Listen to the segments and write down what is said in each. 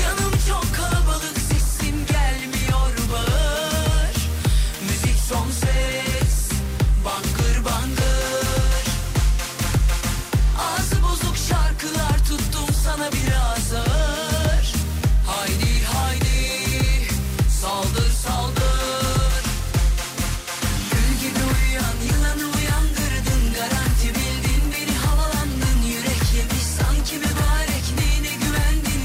Yanım çok kalabalık sesim gelmiyor bağır Müzik son ses bangır bangır Ağzı bozuk şarkılar tuttum sana biraz ağır Haydi haydi saldır saldır Gül gibi uyuyan yılanı uyandırdın Garanti bildin beni havalandın Yürek yemiş sanki mübarek neyine güvendin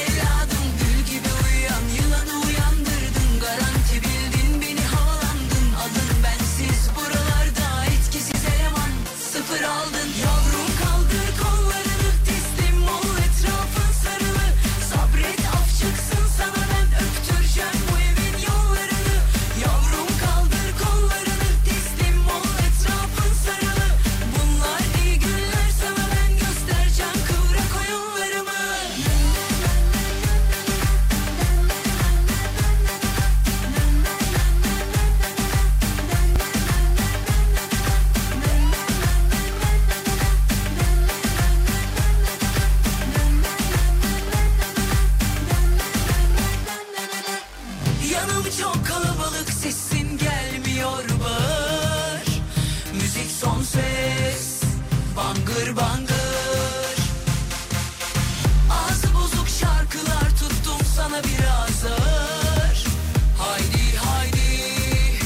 Evladım gül gibi uyuyan yılanı uyandırdın Garanti bildin beni havalandın Adın bensiz buralarda etkisiz eleman Sıfır aldın yavrum kaldır kollarını Teslim ol etrafın sarılı Sabret af çıksın sana ben öptüreceğim bu evin yollarını Yavrum kaldır kollarını teslim ol etrafın sarılı Bunlar iyi günler sana ben göstereceğim kıvrak oyunlarımı Yanım çok kalabalık sesin gelmiyor bağır Müzik son ses bangır bangır Ağzı bozuk şarkılar tuttum sana biraz ağır Haydi haydi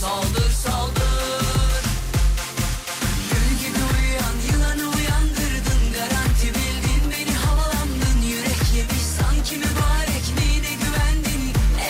saldır saldır Gül gibi uyuyan yılanı uyandırdın Garanti bildin beni havalandın Yürek yemiş sanki mübarek neyine güvendin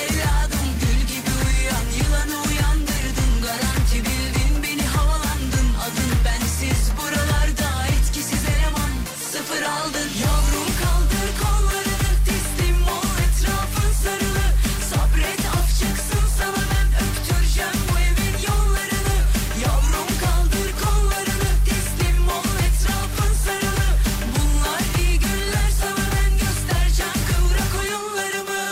Evladım gül gibi uyuyan yılanı uyandırdın Garanti bildin beni havalandın Adın bensiz buralarda etkisiz eleman Sıfır aldın yavrum kaldır kollarını Teslim ol etrafın sarılı Sabret af çıksın sana ben öptüreceğim bu evin yollarını Yavrum kaldır kollarını teslim ol etrafın sarılı Bunlar iyi günler sana ben göstereceğim kıvrak oyunlarımı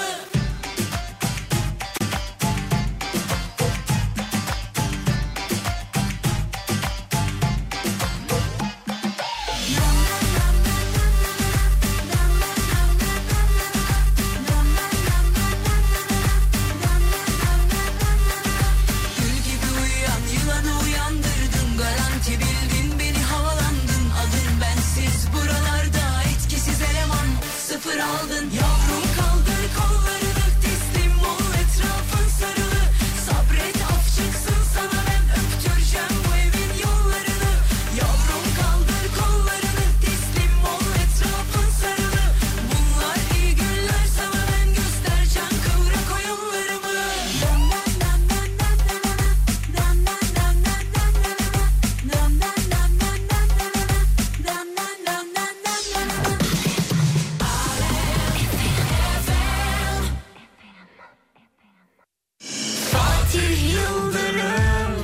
Gül gibi uyuyan yılanı uyandırdın Garanti bildin beni havalandın Adın bensiz buralarda etkisiz eleman Sıfır aldın yavrum kaldır kollarını Teslim ol etrafın sarılı Sabret af çıksın sana ben öptüreceğim bu evin yollarını Yavrum kaldır kollarını Teslim ol etrafın sarılı Bunlar iyi günler sana ben göstereceğim Kıvrak oyunlarımı Fatih Yıldırım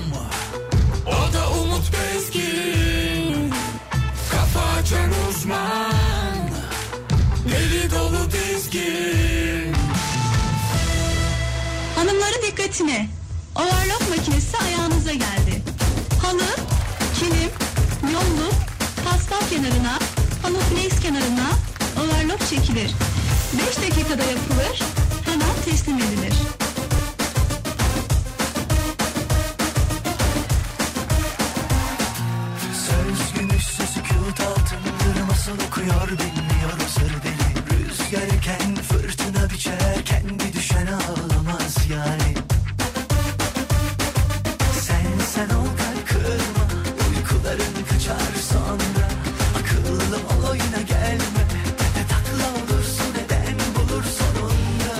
O da Umut Bezgin Kafa açan uzman Deli dolu dizgin Hanımların dikkatine. Overlock makinesi ayağınıza geldi. Halı, kilim, yolluk, pastel kenarına, halı flex kenarına overlock çekilir. 5 dakikada yapılır, hemen teslim edilir. Söz gümüşsüz sükut altındır masal okuyor bilmiyor o sarı deli Rüzgarken fırtına biçer kendi düşen ağlamaz yani Sen sen ol kalp kırma uykuların kaçar sonra Akıllı ol oyuna gelme tepe takla olursun neden bulur sonunda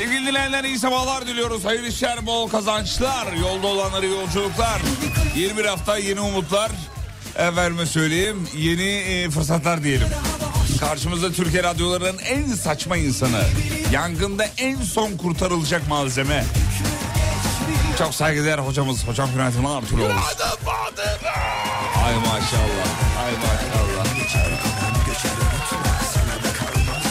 Yeniden iyi sabahlar diliyoruz. Hayırlı işler, bol kazançlar, yolda olanları yolculuklar. 21 hafta yeni umutlar. Efendime söyleyeyim yeni e, fırsatlar diyelim. Karşımızda Türkiye radyolarının en saçma insanı. Yangında en son kurtarılacak malzeme. Çok saygıdeğer hocamız, hocam Günaydın Artur Oğuz. Ay maşallah, ay maşallah.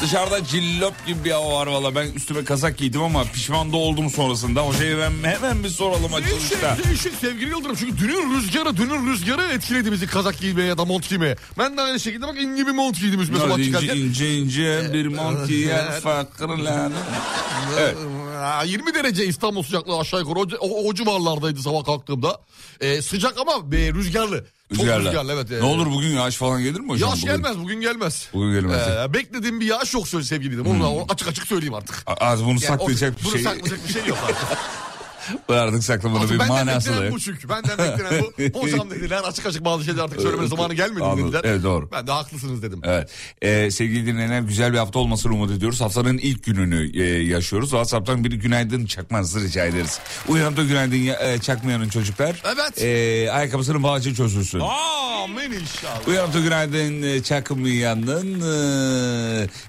Dışarıda cillop gibi bir hava var valla. Ben üstüme kazak giydim ama pişman da oldum sonrasında. Hocayı ben hemen bir soralım Değişik, açılışta. değişik sevgili Yıldırım. Çünkü dünün rüzgarı, dünün rüzgarı etkiledi bizi kazak giymeye ya da mont giymeye. Ben de aynı şekilde bak ince bir mont giydim üstüme sabah Hadi ince, çıkarken. ince ince bir montiyer fakirler. Evet. Aa, 20 derece İstanbul sıcaklığı aşağı yukarı o, o, o civarlardaydı sabah kalktığımda. Ee, sıcak ama e, rüzgarlı. Çok Rüzgarlar. rüzgarlı evet. e. Ne olur bugün yağış falan gelir mi hocam? Yağış bugün? gelmez bugün gelmez. Bugün gelmez. Hmm. Ee, beklediğim bir yağış yok söz sevgili Yıldırım. Onu, onu açık açık söyleyeyim artık. A- Az bunu Yani o- saklayacak bir bunu şey. saklayacak bir şey yok artık. Artık saklamanın bir Artık benden manası da beklenen yok. bu çünkü. Benden beklenen bu. Hocam dediler açık açık bazı şeyleri artık söyleme zamanı gelmedi mi Anladım. dediler. Evet, doğru. Ben de haklısınız dedim. Evet. Ee, sevgili dinleyenler güzel bir hafta olmasını umut ediyoruz. Haftanın ilk gününü e, yaşıyoruz. WhatsApp'tan bir günaydın çakmanızı rica ederiz. Uyanıp da günaydın ya- e, çakmayanın çocuklar. Evet. Ee, ayakkabısının bağcı çözülsün. Amin inşallah. Uyanıp da günaydın e, çakmayanın e,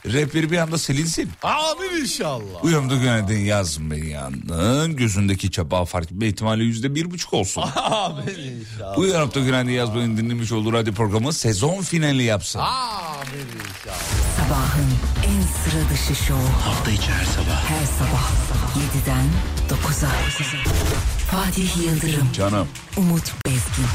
rapleri bir anda silinsin. Amin inşallah. Uyanıp da günaydın yazmayanın gözündeki çaba fark etme ihtimali yüzde bir buçuk olsun. Amin inşallah. Uyanıp da günaydın yazmayın dinlemiş olduğu radyo programı sezon finali yapsın. Amin inşallah. Sabahın en sıra dışı şovu. Hafta içi her sabah. Her sabah 7'den 9'a. Fatih Yıldırım, Canım. Umut Bezgin.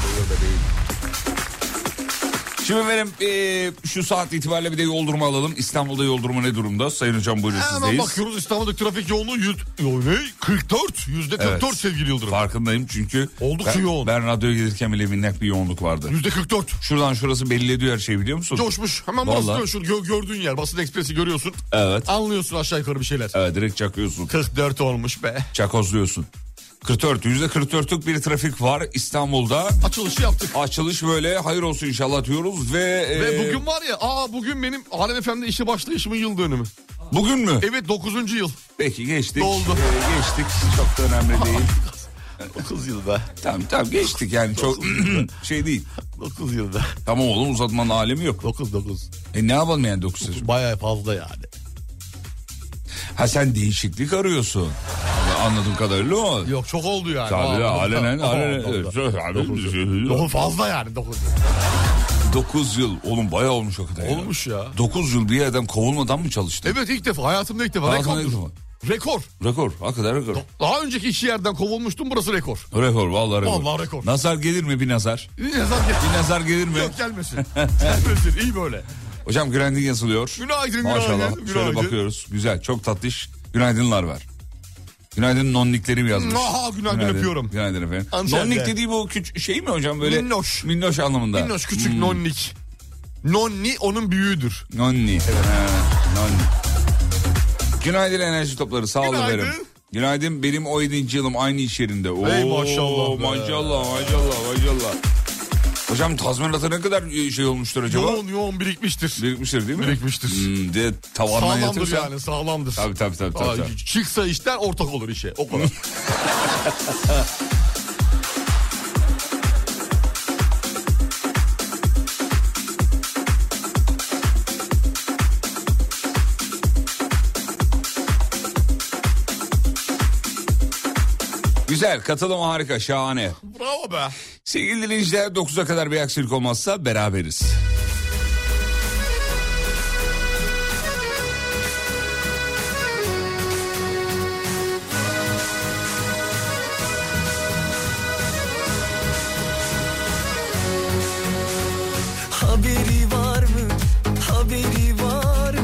Şimdi benim eee, şu saat itibariyle bir de yol durumu alalım. İstanbul'da yol durumu ne durumda? Sayın hocam buyurun Hemen sizdeyiz. bakıyoruz İstanbul'daki trafik yoğunluğu yüz, yo, ne? 44. Yüzde şey 44 Evet. sevgili Yıldırım. Farkındayım çünkü Oldukça ben, yoğun. ben radyoya gelirken bile minnak bir yoğunluk vardı. Yüzde 44. Şuradan şurası belli ediyor her şeyi biliyor musun? Coşmuş. Hemen Vallahi. basılıyor şu gö- gördüğün yer. Basın ekspresi görüyorsun. Evet. Anlıyorsun aşağı yukarı bir şeyler. Evet direkt çakıyorsun. 44 olmuş be. Çakozluyorsun. 44 yüzde 44'lük bir trafik var İstanbul'da. Açılışı yaptık. Açılış böyle hayır olsun inşallah diyoruz ve, e, Ve eee, E, bugün var ya aa bugün benim Alem Efendi işe başlayışımın yıl dönümü. bugün mü? Evet 9. yıl. Peki geçtik. Doldu. Eee, geçtik. Çok da önemli değil. 9 yıl be. tamam tamam geçtik yani çok şey değil. 9 yıl be. Tamam oğlum uzatmanın alemi yok. 9 9. E ne yapalım yani 9 Ekim? Bayağı fazla yani. Ha sen değişiklik arıyorsun. Ya Anladığım kadarıyla o. Yok çok oldu yani. Tabii Aa, alenen dokuz- Aa, alenen. dokuz- Dokuz fazla yani 9 yıl. 9 yıl oğlum bayağı olmuş o kadar. Olmuş ya. 9 yıl bir yerden kovulmadan mı çalıştın? Evet ilk defa hayatımda ilk defa. Hayatımda rekor. ilk defa. Rekor. Rekor. Hakikaten rekor. Daha önceki işi yerden kovulmuştum burası rekor. Rekor vallahi rekor. Vallahi rekor. Nazar gelir mi bir nazar? Yazar gel. Bir nazar gelir mi? Yok gelmesin. gelmesin iyi böyle. Hocam günaydın yazılıyor. Günaydın, Maşallah. günaydın, Şöyle günaydın. bakıyoruz. Güzel çok tatlış. Günaydınlar var. Günaydın nonniklerim yazmış. Aha, günaydın öpüyorum. Günaydın efendim. Hanımefendi. Nonnik dediği bu küç şey mi hocam böyle? Minnoş. Minnoş anlamında. Hmm. Minnoş küçük nonnik. Nonni onun büyüğüdür. Nonni. Ha, nonni. Günaydın enerji topları sağ olun Günaydın. efendim. Günaydın benim 17. yılım aynı iş yerinde. Oo, Ey maşallah be. Maşallah maşallah maşallah. Hocam tazminata ne kadar e, şey olmuştur acaba? Yoğun yoğun birikmiştir. Birikmiştir değil mi? Birikmiştir. Hmm, de tavandan Sağlamdır yatırsa. yani sağlamdır. Tabii tabii tabii. tabii, Aa, tabii. Çıksa işler ortak olur işe. O kadar. Güzel katılım harika şahane. Bravo be. Sevgili dinleyiciler 9'a kadar bir aksilik olmazsa beraberiz. Haberi var mı? Haberi var mı?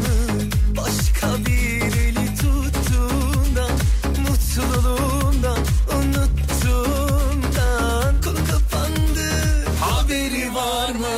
Başka bir eli tuttuğundan Mutluluğundan Unuttuğundan Konu kapandı Haberi var mı?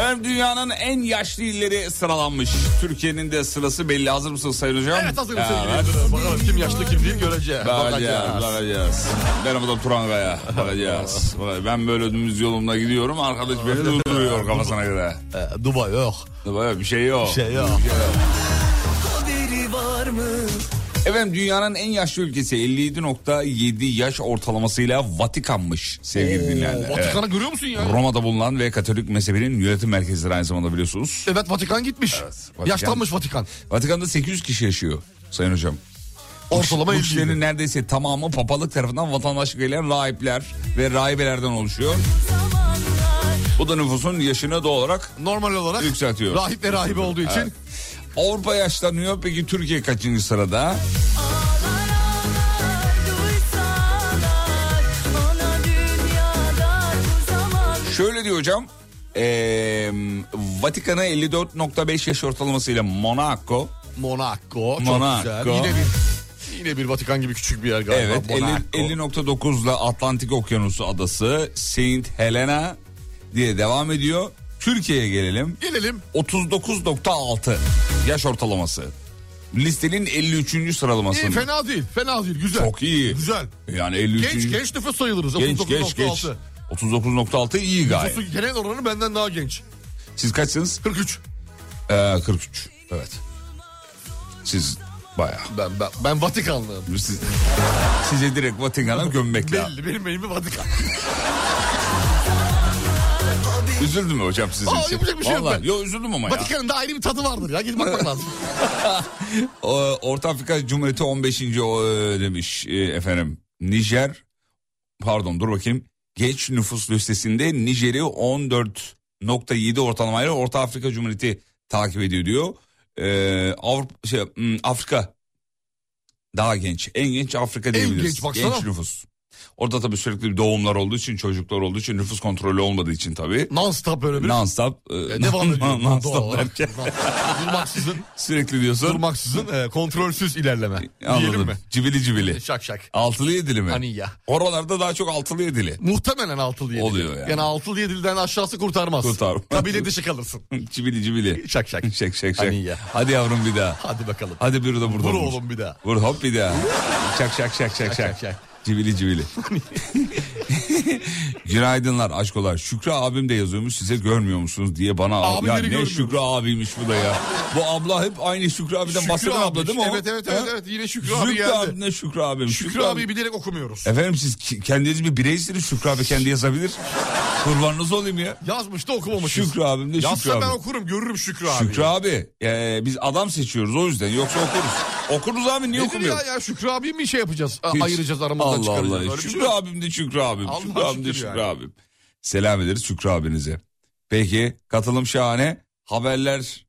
Efendim dünyanın en yaşlı illeri sıralanmış. Türkiye'nin de sırası belli. Hazır mısınız Sayın Hocam? Evet hazırım Evet. sevgili Bakalım kim yaşlı kim değil göreceğiz. Bakacağız, bakacağız. Ben burada Turangaya bakacağız. Ben böyle dümdüz yolumda gidiyorum. Arkadaş beni durduruyor kafasına göre. Ee, Dubai yok. Böyle bir şey yok. Şey yok. Haberi var mı? Efendim dünyanın en yaşlı ülkesi 57.7 yaş ortalamasıyla Vatikan'mış sevgili dinleyenler. Evet. Ee, Vatikan'ı görüyor musun ya? Roma'da bulunan ve Katolik mezhebinin yönetim merkezidir aynı zamanda biliyorsunuz. Evet Vatikan gitmiş. Vatikan. Yaşlanmış Vatikan. Vatikan'da 800 kişi yaşıyor Sayın Hocam. Ortalama Bu yaşlı. kişilerin neredeyse tamamı papalık tarafından vatandaşlık verilen rahipler ve rahibelerden oluşuyor. Bu da nüfusun yaşını doğal olarak Normal olarak Yükseltiyor. rahip ve rahibe olduğu için Avrupa yaşlanıyor. Peki Türkiye kaçıncı sırada? Duysalar Bana dünyada bu zaman Şöyle diyor hocam. Eee Vatikan'a 54.5 yaş ortalamasıyla Monaco. Monaco çok Monaco. güzel. Yine bir, yine bir Vatikan gibi küçük bir yer galiba. Evet Monaco. 50 50.9 ile Atlantik Okyanusu adası Saint Helena diye devam ediyor. Türkiye'ye gelelim. Gelelim 39.6 yaş ortalaması. Listenin 53. sıralaması. İyi, fena değil. Fena değil. Güzel. Çok iyi. Güzel. Yani 53. Genç genç nüfus sayılırız. Genç genç geç. 39.6. 39.6 iyi gayet. Nüfusun genel oranı benden daha genç. Siz kaçsınız? 43. Ee, 43. Evet. Siz bayağı. Ben ben, ben Vatikanlıyım. Siz- size direkt Vatikan'a gömmek lazım. Belli benim evimi Vatikan. Üzüldüm hocam sizin Aa, için. yapacak bir şey yok Vallahi, ben. Yo, üzüldüm ama ya. Vatikan'ın da ayrı bir tadı vardır ya. Gidip bakmak lazım. O, Orta Afrika Cumhuriyeti 15. o, e, demiş e, efendim. Nijer pardon dur bakayım. Geç nüfus listesinde Nijer'i 14.7 ortalamayla Orta Afrika Cumhuriyeti takip ediyor diyor. Ee, Avrupa şey, hmm, Afrika daha genç. En genç Afrika diyebiliriz. genç, baksana. nüfus. Orada tabii sürekli bir doğumlar olduğu için, çocuklar olduğu için, nüfus kontrolü olmadığı için tabii. non stop böyle bir. Non-stop. e, E, devam ediyor. Doğal Non-stop olarak. derken Durmaksızın, sürekli diyorsun. durmaksızın e, kontrolsüz ilerleme. Diyelim Anladım. mi? E, Cibili cibili. Şak şak. Altılı yedili mi? Hani ya. Oralarda daha çok altılı yedili. Muhtemelen altılı yedili. Oluyor yani. Yani altılı yedilden aşağısı kurtarmaz. Kurtarmaz. Kabile dışı kalırsın. cibili cibili. Şak şak. Şek şek şek. Hani ya. Hadi yavrum bir daha. Hadi bakalım. Hadi bir de burada Vur oğlum bir daha. Vur hop bir daha. Şak şak şak şak şak. şak, şak. Cibili cibili. Günaydınlar aşkolar. Şükrü abim de yazıyormuş size görmüyor musunuz diye bana. Abileri ya ne görmüyoruz. Şükrü abiymiş bu da ya. Bu abla hep aynı Şükrü abiden Şükrü bahseden abi abla değil mi işte. o? Evet, evet, He? evet, evet. Yine Şükrü abi geldi. abi ne Şükrü abim. Şükrü, abiyi bilerek okumuyoruz. Efendim siz ki- kendiniz bir bireysiniz Şükrü abi kendi yazabilir. Kurbanınız olayım ya. Yazmış da okumamışız. Şükrü abim de Şükrü Yazsa abi. ben okurum görürüm Şükrü abi. Şükrü abi e, biz adam seçiyoruz o yüzden yoksa okuruz. Okuruz abi niye Nedir ya okumuyoruz? ya Şükrü abi mi şey yapacağız? A- Hiç. Ayıracağız aramızdan Allah çıkaracağız. Öyle Allah. bir şey Şükrü yok. abim de Şükrü abim. Allah Şükrü abim de şükür Şükrü yani. abim. Selam ederiz Şükrü abinize. Peki katılım şahane. Haberler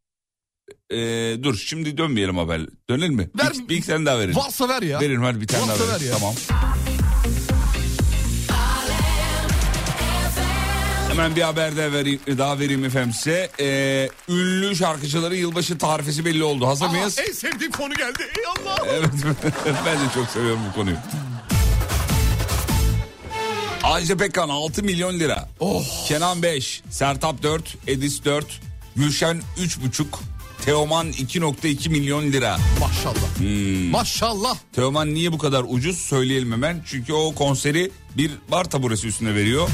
e, dur şimdi dönmeyelim haber. Dönelim mi? Ver- bir, bir iki tane daha verin. Varsa ver ya. Verin hadi bir tane daha Varsa ver verin. ya. Tamam. Hemen bir haber de vereyim, daha vereyim efendim size. Ee, ünlü şarkıcıları yılbaşı tarifesi belli oldu. Hazır Aa, mıyız? en sevdiğim konu geldi. Ey Allah. Evet ben de çok seviyorum bu konuyu. Ajda Pekkan 6 milyon lira. Oh. Kenan 5, Sertap 4, Edis 4, Gülşen 3,5, Teoman 2.2 milyon lira. Hmm. Maşallah. Maşallah. Teoman niye bu kadar ucuz söyleyelim hemen. Çünkü o konseri bir bar taburesi üstüne veriyor.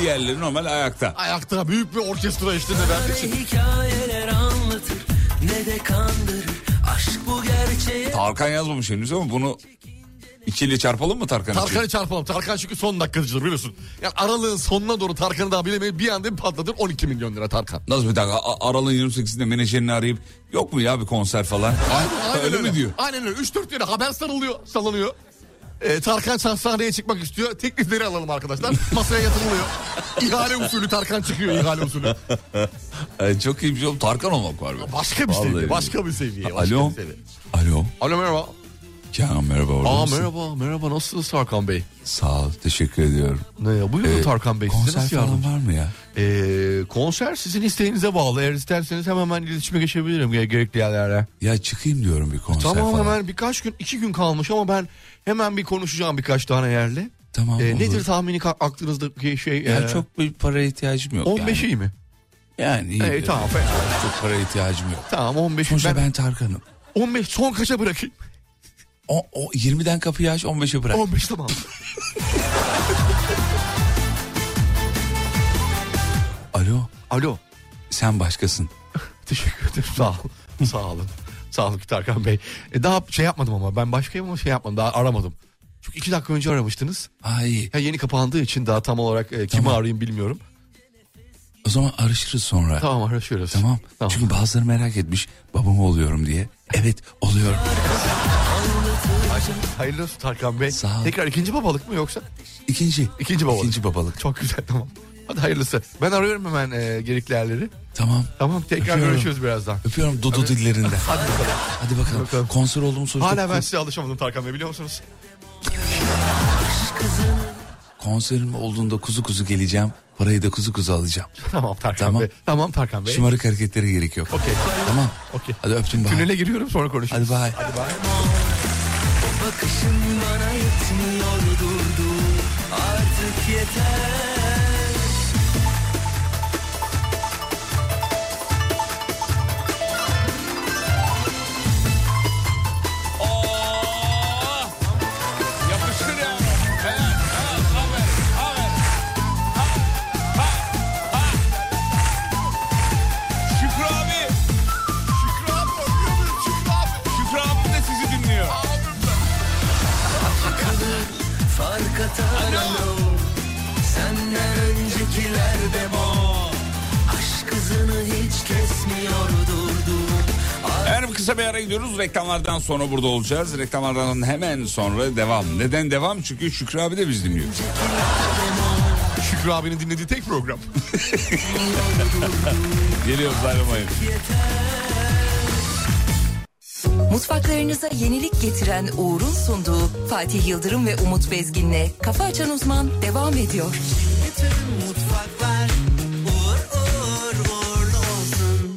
Diğerleri normal ayakta. Ayakta büyük bir orkestra işte de verdiği için. Ne hikayeler anlatır ne de kandırır Aşk bu gerçeğe Tarkan yazmamış henüz ama bunu ikiyle çarpalım mı Tarkan için? Tarkan'ı çarpalım. Tarkan çünkü son dakikacıdır biliyorsun. Yani aralığın sonuna doğru Tarkan'ı daha bilemeyiz. Bir anda bir patlatır 12 milyon lira Tarkan. Nasıl bir dakika A- Aralık'ın 28'inde menajerini arayıp yok mu ya bir konser falan. öyle, mi diyor? Aynen öyle. 3-4 yere haber sarılıyor, salınıyor. Ee, Tarkan sah- sahneye çıkmak istiyor. Teklifleri alalım arkadaşlar. Masaya yatırılıyor. İhale usulü Tarkan çıkıyor ihale usulü. Ee, çok iyi bir şey oğlum. Tarkan olmak var be. Başka bir Vallahi seviye. billahi. Başka bir seviye. Başka Alo. Bir seviye. Alo. Alo merhaba. Kenan merhaba. orada Aa mısın? merhaba merhaba nasılsınız Tarkan Bey? Sağ ol teşekkür ediyorum. Ne ya buyurun Ee, Tarkan Bey size konser nasıl falan yardım? var mı ya? Ee, konser sizin isteğinize bağlı. Eğer isterseniz hemen ben iletişime geçebilirim ge- gerekli yerlere. Ya çıkayım diyorum bir konser Tamam falan. hemen birkaç gün iki gün kalmış ama ben hemen bir konuşacağım birkaç tane yerle. Tamam Ee, olur. nedir tahmini ka- aklınızdaki şey? Ya ee, çok bir para ihtiyacım yok 15 yani. iyi mi? Yani iyi. Ee, tamam, fena. Çok para ihtiyacım yok. Tamam 15 Sonuçta ben, ben Tarkan'ım. 15 son kaça bırakayım? O, o 20'den kapıyı aç 15'e bırak. 15 tamam. Alo Alo. sen başkasın. Teşekkür ederim. Sağ olun. Sağ olun. Sağ olun Tarkan Bey. E, daha şey yapmadım ama ben başkayım ama şey yapmadım daha aramadım. Çünkü iki dakika önce aramıştınız. Ay Ya yeni kapandığı için daha tam olarak e, kimi Tamam. arayayım bilmiyorum. o zaman arışırız sonra. Tamam araşıyoruz. Tamam. Tamam. Çünkü bazıları merak etmiş babam oluyorum diye. Evet oluyorum. Hayırlı olsun Tarkan Bey. Sağ ol. Tekrar ikinci babalık mı yoksa? İkinci. İkinci babalık. İkinci babalık. Çok güzel tamam. Hadi hayırlısı. Ben arıyorum hemen e, gerekli yerleri. Tamam. Tamam tekrar Öpüyorum. görüşürüz birazdan. Öpüyorum Dudu dillerinden. Hadi bakalım. Hadi bakalım. Bakalım. Konser olduğumu sonuçta. Hala ben size alışamadım Tarkan Bey biliyor musunuz? Konserim olduğunda kuzu kuzu geleceğim. Parayı da kuzu kuzu alacağım. Tamam Tarkan Tamam. Bey. Tamam Tarkan Bey. Şımarık hareketlere gerek yok. Okey. Tamam. Okey. Hadi öptüm bye. Tünele giriyorum sonra Hadi konuşuruz. bay. Bakışın bana yetmiyor durdu artık yeter Oh! Yapıştır ya. Helal, helal. Aferin, aferin. Ha, ha, ha. Şükrü abi. Şükrü abi öpüyor muyum Şükrü abi? Şükrü abim de sizi dinliyor. fark atar alo Senden öncekiler demo Aşk hızını hiç kesmiyor durdu Efendim kısa bir ara gidiyoruz. Reklamlardan sonra burada olacağız. Reklamlardan hemen sonra devam. Neden devam? Çünkü Şükrü abi de biz dinliyor. Şükrü abinin dinlediği tek program. Geliyoruz ayrılmayın. Mutfaklarınıza yenilik getiren Uğur'un sunduğu Fatih Yıldırım ve Umut Bezgin'le Kafa Açan Uzman devam ediyor. Mutfaklar uğur uğur uğurlu olsun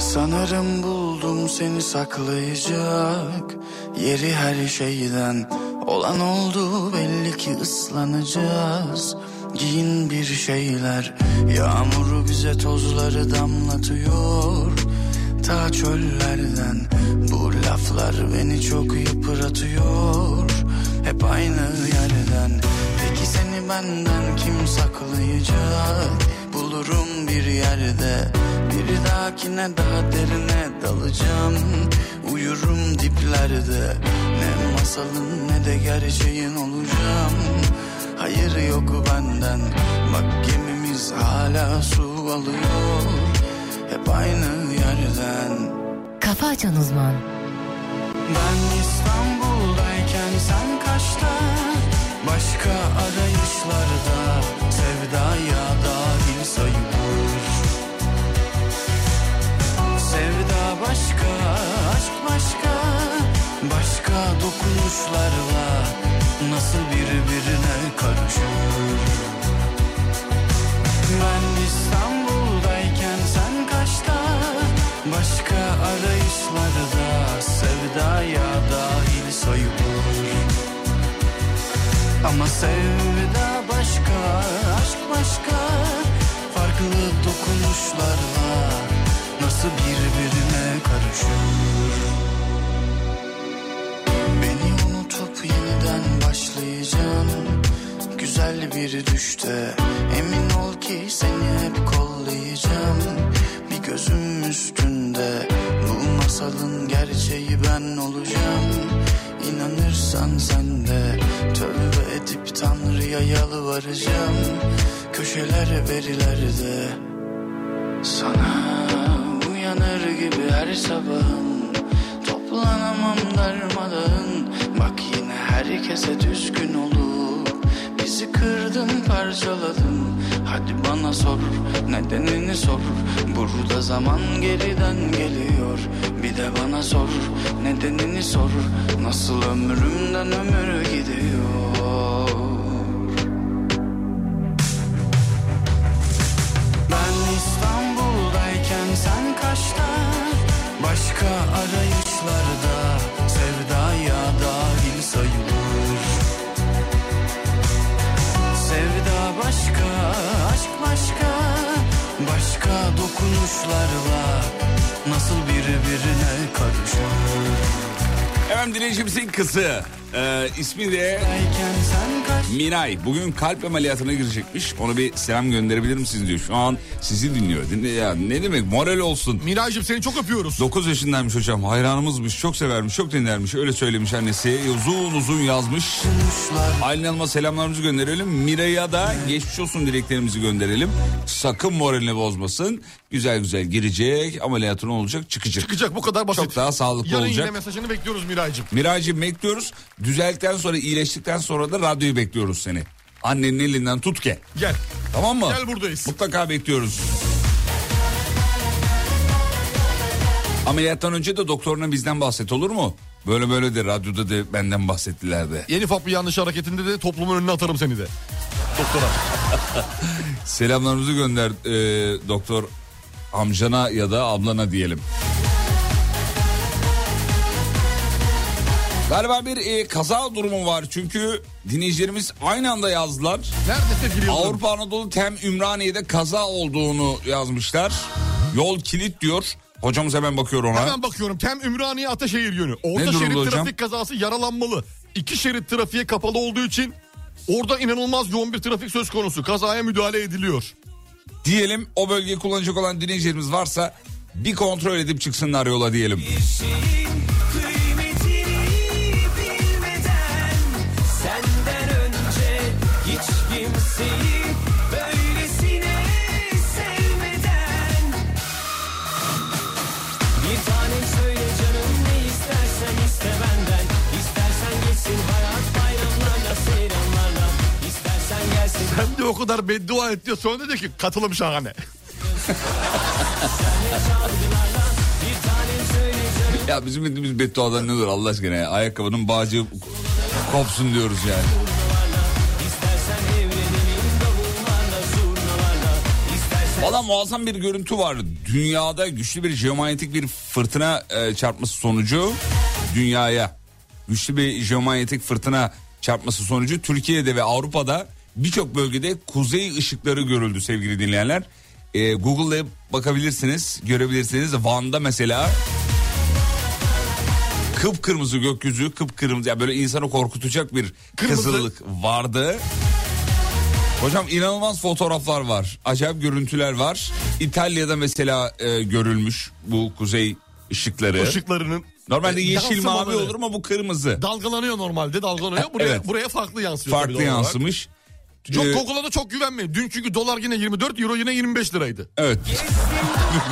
Sanırım buldum seni saklayacak Yeri her şeyden Olan oldu belli ki ıslanacağız Giyin bir şeyler Yağmuru bize tozları damlatıyor Ta çöllerden Bu laflar beni çok yıpratıyor Hep aynı yerden Peki seni benden kim saklayacak Bulurum bir yerde Bir dahakine daha derine dalacağım Uyurum diplerde Ne masalın ne de gerçeğin olacağım Hayır yok benden Bak gemimiz hala su alıyor Hep aynı yerden Kafa Açan Uzman ben İstanbul'dayken sen kaçta Başka arayışlarda Sevdaya dahil sayılır Sevda başka, aşk başka Başka dokunuşlarla Nasıl birbirine karışır ben İstanbul'dayken sen kaçta Başka arayışlarda sevdaya dahil sayılır Ama sevda başka, aşk başka Farklı dokunuşlarla nasıl birbirine karışır Beni unutup yeniden başlayacağım Güzel bir düşte Emin ol ki seni hep kollayacağım Bir gözüm üstünde Bu masalın gerçeği ben olacağım İnanırsan sen de Tövbe edip Tanrı'ya yalvaracağım Köşeler verilerde sana uyanır gibi her sabahım Toplanamam darmadağın Bak yine herkese düzgün olup Bizi kırdın parçaladın Hadi bana sor nedenini sor Burada zaman geriden geliyor Bir de bana sor nedenini sor Nasıl ömrümden ömür gidiyor Ben İstanbul'dayken sen kaçta Başka arayışlarda Sevdaya dahil sayılır Sevda başka, aşk başka Başka dokunuşlarla Nasıl birbirine karışır Efendim dinleyicimizin kızı e, ismi de Miray. Bugün kalp ameliyatına girecekmiş. Ona bir selam gönderebilir misiniz diyor. Şu an sizi dinliyor. Dinle ya ne demek moral olsun. Miraycığım seni çok öpüyoruz. 9 yaşındaymış hocam hayranımızmış çok severmiş çok dinlermiş öyle söylemiş annesi uzun uzun yazmış. Aylin Hanım'a selamlarımızı gönderelim Miray'a da geçmiş olsun dileklerimizi gönderelim. Sakın moralini bozmasın güzel güzel girecek ameliyatın olacak çıkacak. Çıkacak bu kadar basit. Çok daha sağlıklı Yarın olacak. yine mesajını bekliyoruz Miraycığım. Miracığım bekliyoruz. Düzeldikten sonra iyileştikten sonra da radyoyu bekliyoruz seni. Annenin elinden tut ki. Gel. Tamam mı? Gel buradayız. Mutlaka bekliyoruz. Ameliyattan önce de doktoruna bizden bahset olur mu? Böyle böyle de radyoda da benden bahsettiler de. Yeni ufak bir yanlış hareketinde de toplumun önüne atarım seni de. Doktora. Selamlarımızı gönder e, doktor amcana ya da ablana diyelim. Galiba bir e, kaza durumu var çünkü dinleyicilerimiz aynı anda yazdılar. Nerede sevgili Yıldırım? Avrupa Anadolu Tem Ümraniye'de kaza olduğunu yazmışlar. Yol kilit diyor. Hocamız hemen bakıyor ona. Hemen bakıyorum. Tem Ümraniye Ataşehir yönü. Orta durumda şerit hocam? trafik kazası yaralanmalı. İki şerit trafiğe kapalı olduğu için orada inanılmaz yoğun bir trafik söz konusu. Kazaya müdahale ediliyor. Diyelim o bölgeyi kullanacak olan dinleyicilerimiz varsa bir kontrol edip çıksınlar yola diyelim. Şeyin kıymetini bilmeden senden önce hiç kimseyi böylesine sevmeden bir tanem söyle canım ne istersen iste benden istersen geçsin hayat bayramlarla seyranlarla istersen gelsin Hem de o kadar beddua et diyor. Sonra dedi ki katılım şahane. Ya bizim dediğimiz bedduadan ne olur Allah aşkına ya. Ayakkabının bağcı kopsun diyoruz yani. Valla muazzam bir görüntü var. Dünyada güçlü bir jeomanyetik bir fırtına e, çarpması sonucu dünyaya güçlü bir jeomanyetik fırtına çarpması sonucu Türkiye'de ve Avrupa'da birçok bölgede kuzey ışıkları görüldü sevgili dinleyenler. E, Google'da bakabilirsiniz, görebilirsiniz. Van'da mesela kıpkırmızı gökyüzü kıpkırmızı ya böyle insanı korkutacak bir Kırmızı. kızıllık vardı. Hocam inanılmaz fotoğraflar var. Acayip görüntüler var. İtalya'da mesela e, görülmüş bu kuzey ışıkları. Işıklarının Normalde e, yeşil mavi yansımaları. olur ama bu kırmızı. Dalgalanıyor normalde dalgalanıyor. Buraya, Evet. buraya farklı yansıyor. tabii Farklı doğal olarak. yansımış. Çok Ee, Google'a da çok güvenmeyin. Dün çünkü dolar yine 24, euro yine 25 liraydı. Evet.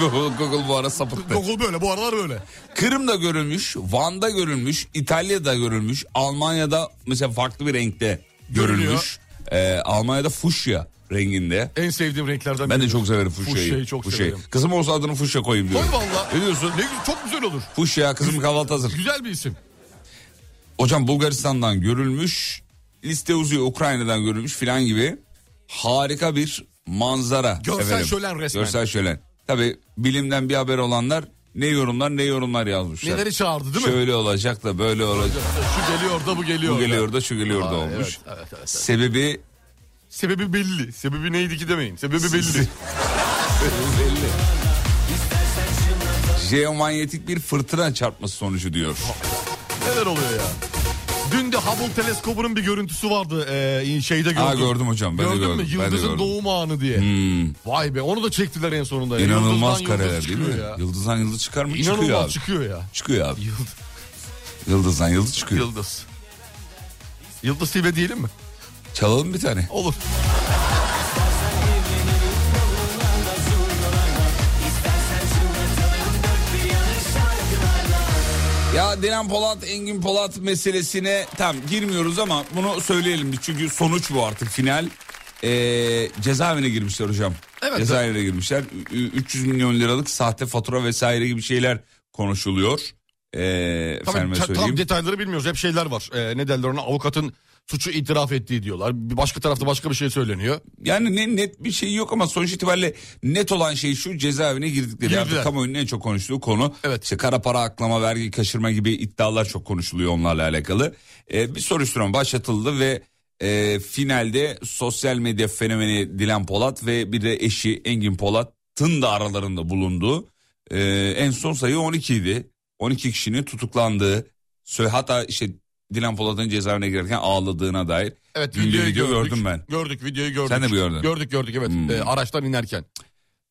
Google, Google bu ara sapıttı. Google böyle, bu aralar böyle. Kırım'da görülmüş, Van'da görülmüş, İtalya'da görülmüş, Almanya'da mesela farklı bir renkte görülmüş. Ee, Almanya'da fuşya renginde. En sevdiğim renklerden Ben biri. de çok severim fuşyayı. Fuşyayı çok severim. Kızım olsa adını fuşya koyayım diyorum. Koy valla. Ne diyorsun? Ne güzel, çok güzel olur. Fuşya kızım kahvaltı hazır. Güzel bir isim. Hocam Bulgaristan'dan görülmüş, liste uzuyor Ukrayna'dan görülmüş filan gibi. Harika bir manzara. Görsel efendim. şölen resmen. Görsel şölen. Tabii bilimden bir haber olanlar ne yorumlar ne yorumlar yazmışlar. Neleri çağırdı değil mi? Şöyle olacak da böyle olacak. Şu geliyor da bu geliyor. Bu da. geliyor da şu geliyor da olmuş. evet, evet, evet. Sebebi Sebebi belli. Sebebi neydi ki demeyin. Sebebi belli. jeomanyetik bir fırtına çarpması sonucu diyor. Neler oluyor ya? Dün de Hubble teleskobunun bir görüntüsü vardı ee, şeyde gördüm. Ha gördüm hocam ben de Gördün mü? gördüm. Ben de Yıldızın gördüm. Hmm. doğum anı diye. Vay be onu da çektiler en sonunda. ya. İnanılmaz Yıldızdan kareler yıldız değil çıkıyor mi? Ya. Yıldızdan yıldız çıkar mı? çıkıyor abi. İnanılmaz çıkıyor ya. çıkıyor abi. Yıldız. Yıldızdan yıldız çıkıyor. Yıldız. Yıldız Tilbe diyelim mi? Çalalım bir tane. Olur. Ya Dilan Polat, Engin Polat meselesine tam girmiyoruz ama bunu söyleyelim. Çünkü sonuç bu artık final. Ee, cezaevine girmişler hocam. Evet. Cezaevine girmişler. Ü- ü- 300 milyon liralık sahte fatura vesaire gibi şeyler konuşuluyor. Ee, Tabii, efendime ta- söyleyeyim. tam detayları bilmiyoruz. Hep şeyler var. Ee, ne derler ona? Avukatın suçu itiraf ettiği diyorlar. Bir başka tarafta başka bir şey söyleniyor. Yani ne net bir şey yok ama sonuç itibariyle net olan şey şu cezaevine girdikleri. Girdiler. Artık kamuoyunun en çok konuştuğu konu. Evet. İşte kara para aklama, vergi kaçırma gibi iddialar çok konuşuluyor onlarla alakalı. Ee, bir soruşturma başlatıldı ve e, finalde sosyal medya fenomeni Dilan Polat ve bir de eşi Engin Polat'ın da aralarında bulunduğu e, en son sayı 12 idi. 12 kişinin tutuklandığı, sö- hatta işte Dilan Polat'ın cezaevine girerken ağladığına dair. Evet Dün bir videoyu video gördük. gördüm ben. Gördük videoyu gördük. Sen de mi gördün? Gördük gördük evet. Hmm. Ee, araçtan inerken.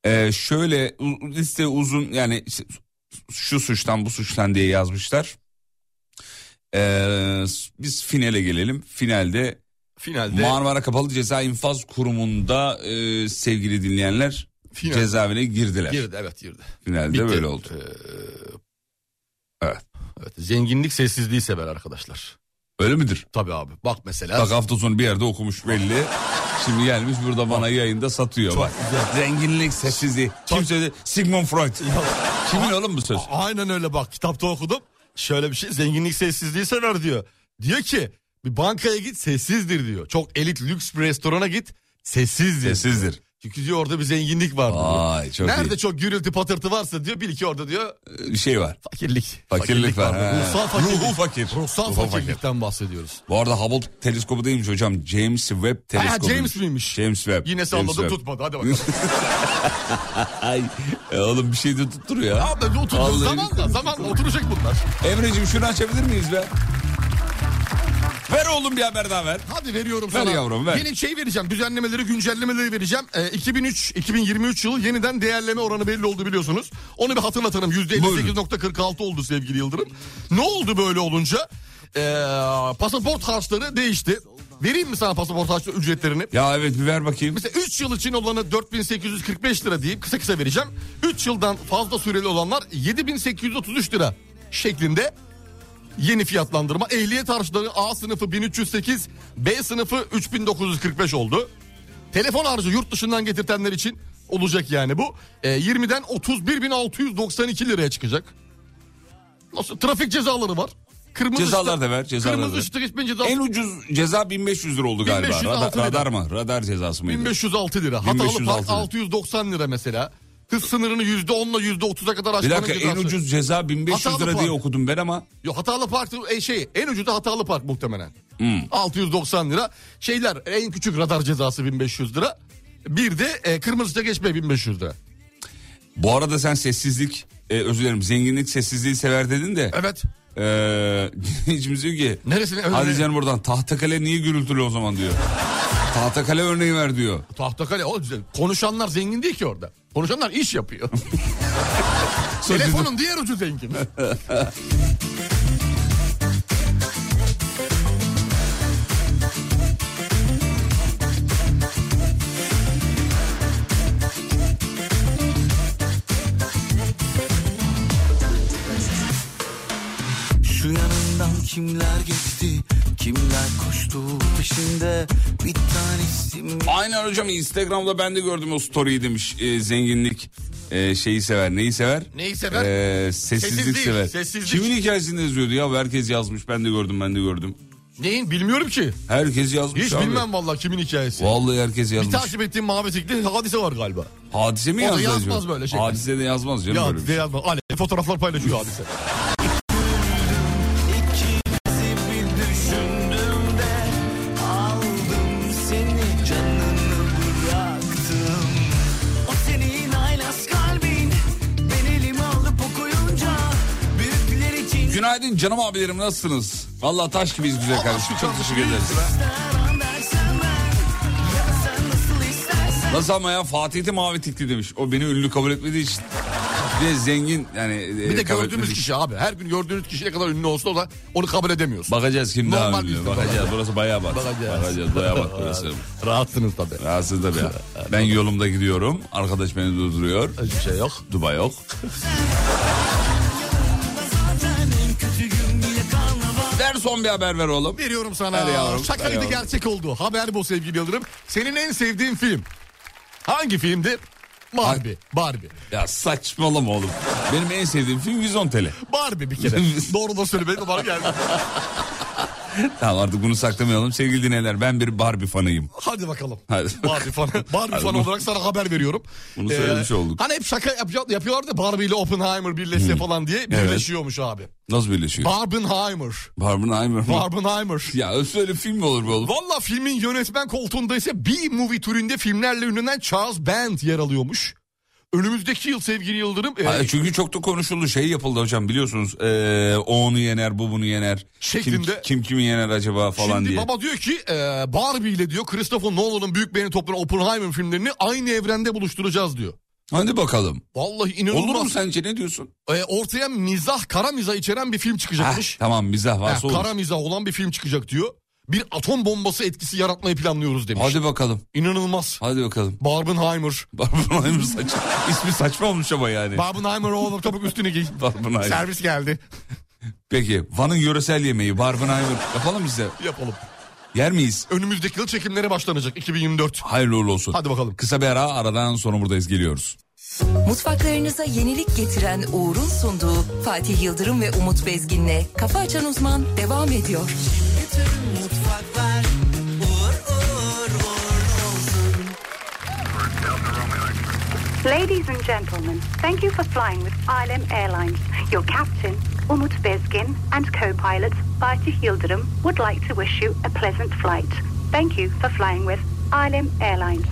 Ee, şöyle u- liste uzun yani işte şu suçtan bu suçtan diye yazmışlar. Ee, biz finale gelelim. Finalde Finalde Marmara Kapalı Ceza İnfaz Kurumu'nda e, sevgili dinleyenler Final. cezaevine girdiler. girdi evet girdi. Finalde Bitti. böyle oldu. Ee, Evet. evet. Zenginlik sessizliği sever arkadaşlar. Öyle midir? Tabii abi. Bak mesela. Bak hafta sonu bir yerde okumuş belli. Şimdi gelmiş burada bana yayında satıyor. Bak. Zenginlik sessizliği. Kim söyledi? Sigmund Freud. Kimin oğlum bu söz? Aynen öyle bak kitapta okudum. Şöyle bir şey zenginlik sessizliği sever diyor. Diyor ki bir bankaya git sessizdir diyor. Çok elit lüks bir restorana git sessizdir. Sessizdir. Çünkü diyor orada bir zenginlik var diyor. Vay çok Nerede çok gürültü patırtı varsa diyor bil ki orada diyor iyi. Şey var. fakirlik. Fakirlik var, he. Ruhsal fakirlik. Ruhu fakir. Ruhsal Ruhu fakir. fakirlikten bahsediyoruz. Bu arada Hubble teleskobu değilmiş hocam. James Webb teleskobu. Ha, James miymiş? James Webb. Yine James salladım Webb. tutmadı hadi bakalım. Ay e, oğlum bir şey de tuttur ya. Abi oturdu Vallahi zamanla zamanla oturacak bunlar. Emre'cim şunu açabilir miyiz be? Ver oğlum bir haber daha ver. Hadi veriyorum Ver sana. yavrum, ver. Yeni şey vereceğim. Düzenlemeleri, güncellemeleri vereceğim. Ee, 2003 2023 yılı yeniden değerleme oranı belli oldu biliyorsunuz. Onu bir hatırlatalım. %58.46 oldu sevgili Yıldırım. Ne oldu böyle olunca? Ee, pasaport harçları değişti. Vereyim mi sana pasaport harçları ücretlerini? Ya evet bir ver bakayım. Mesela 3 yıl için olanı 4845 lira deyip kısa kısa vereceğim. 3 yıldan fazla süreli olanlar 7833 lira şeklinde yeni fiyatlandırma. Ehliyet harçları A sınıfı 1308, B sınıfı 3945 oldu. Telefon harcı yurt dışından getirtenler için olacak yani bu. E, 20'den 31.692 liraya çıkacak. Nasıl? Trafik cezaları var. Kırmızı Cezalar ışıkta- da ver, cezalar da Kırmızı ver. ışıkta geçmeyin cezası. En ucuz ceza 1500 lira oldu galiba. 1506 Radar, lira. radar mı? Radar cezası mıydı? 1506 lira. Hatalı 1506 park lira. 690 lira mesela. Hız sınırını %10'la %30'a kadar aşmanın bir dakika en cezası. ucuz ceza 1500 Hatalı lira diye puan. okudum ben ama. Yok hatalı park e, şey en ucuzu hatalı park muhtemelen. Hmm. 690 lira. Şeyler en küçük radar cezası 1500 lira. Bir de e, kırmızı ışıkta geçme 1500 lira. Bu arada sen sessizlik, e, özür dilerim zenginlik sessizliği sever dedin de. Evet. Ee, dinleyicimiz diyor ki Neresine örneği? Hadi canım buradan Tahtakale niye gürültülü o zaman diyor. Tahtakale örneği ver diyor. Tahtakale o güzel. Konuşanlar zengin değil ki orada. Konuşanlar iş yapıyor. Telefonun diğer ucu zengin. Şu yanından kimler geçti Kimler koştu peşinde Bir tanesi mi Aynen hocam Instagram'da ben de gördüm o story'i demiş. Ee, zenginlik e, şeyi sever neyi sever? Neyi sever? Ee, sessizlik, Sessizlik, sever. sessizlik. Kimin hikayesini yazıyordu ya herkes yazmış ben de gördüm ben de gördüm. Neyin bilmiyorum ki. Herkes yazmış Hiç abi. bilmem vallahi kimin hikayesi. Vallahi herkes Bir yazmış. takip ettiğim mavi tikli hadise var galiba. Hadise mi O da yazdı yazmaz acaba? böyle şey. Hadise de yazmaz canım Ya böyle bir bize şey. yazma. Ale fotoğraflar paylaşıyor hadise. İkimizi bir düşündüğümde Aldım seni canını bıraktım O senin haylaz kalbin Ben elimi alıp okuyunca Büyükler için Günaydın canım abilerim nasılsınız? Vallahi taş gibiyiz güzel kardeşim. Çok teşekkür şey ederiz. ister dersen ben Ya da sen nasıl istersen Nasıl ama ya Fatih'te mavi tikli demiş. O beni ünlü kabul etmediği için. Bir de zengin yani. e, Bir de gördüğümüz kişi abi. Her gün gördüğünüz kişi ne kadar ünlü olsa o da onu kabul edemiyorsun. Bakacağız kim daha Normal ünlü. bizim Bakacağız bakacağız. burası bayağı bak. Bakacağız. Bakacağız. bayağı bak burası. Rahatsınız tabii. Rahatsız tabii. ya. Ben yolumda gidiyorum. Arkadaş beni durduruyor. Hiçbir şey yok. Duba yok. Zaten en kötü gün bile karnaval Ver son bir haber ver oğlum. Veriyorum sana. Hadi yavrum, hadi Şakaydı yavrum. gerçek oldu. Haber bu sevgili Yıldırım. Senin en sevdiğin film. Hangi filmdi? Barbie. Barbie. Ya saçmalama oğlum. Benim en sevdiğim film Vizontele. Barbie bir kere. Doğru da söylemedim bana geldi. Tamam artık bunu saklamayalım. Sevgili dinleyenler ben bir Barbie fanıyım. Hadi bakalım. Hadi. Barbie fanı. Barbie Hadi fanı bunu- olarak sana haber veriyorum. Bunu söylemiş olduk. Hani hep şaka yapıyor, yapıyorlar da Barbie ile Oppenheimer birleşse falan diye birleşiyormuş abi. Nasıl birleşiyor? Barbenheimer. Barbenheimer mı? Barbenheimer. Ya öyle film mi olur be oğlum? Valla filmin yönetmen koltuğunda ise B-movie türünde filmlerle ünlenen Charles Band yer alıyormuş. Önümüzdeki yıl sevgili Yıldırım e, Ha, çünkü çok da konuşuldu. Şey yapıldı hocam biliyorsunuz. eee, o onu yener, bu bunu yener. Kim, Şeklinde- kim kimi yener acaba falan Şimdi diye. baba diyor ki e, Barbie ile diyor Christopher Nolan'ın büyük beğeni toplanan Oppenheimer filmlerini aynı evrende buluşturacağız diyor. Hadi bakalım. Vallahi Olur mu inanılmaz. sence ne diyorsun? E, ortaya mizah, kara mizah içeren bir film Heh, çıkacakmış. tamam mizah Ha, varsa olur. kara mizah olan bir film çıkacak diyor. Bir atom bombası etkisi yaratmayı planlıyoruz demiş. Hadi bakalım. İnanılmaz. Hadi bakalım. Barbenheimer. Barbenheimer saç. İsmi saçma olmuş ama yani. Barbenheimer oğlum çabuk üstüne giy. Barbenheimer. Servis geldi. Peki Van'ın yöresel yemeği Barbenheimer. Yapalım bize. Yapalım. Yer miyiz? Önümüzdeki yıl çekimlere başlanacak 2024. Hayırlı uğurlu olsun. Hadi bakalım. Kısa bir ara aradan sonra buradayız geliyoruz. Mutfaklarınıza yenilik getiren Uğur'un sunduğu Fatih Yıldırım ve Umut Bezgin'le Kafa Açan Uzman devam ediyor. Mutfaklar uğur uğur uğur olsun Ladies and gentlemen, thank you for flying with ILM Airlines. Your captain, Umut Bezgin, and co-pilot Fatih Yildirim would like to wish you a pleasant flight. Thank you for flying with ILM Airlines.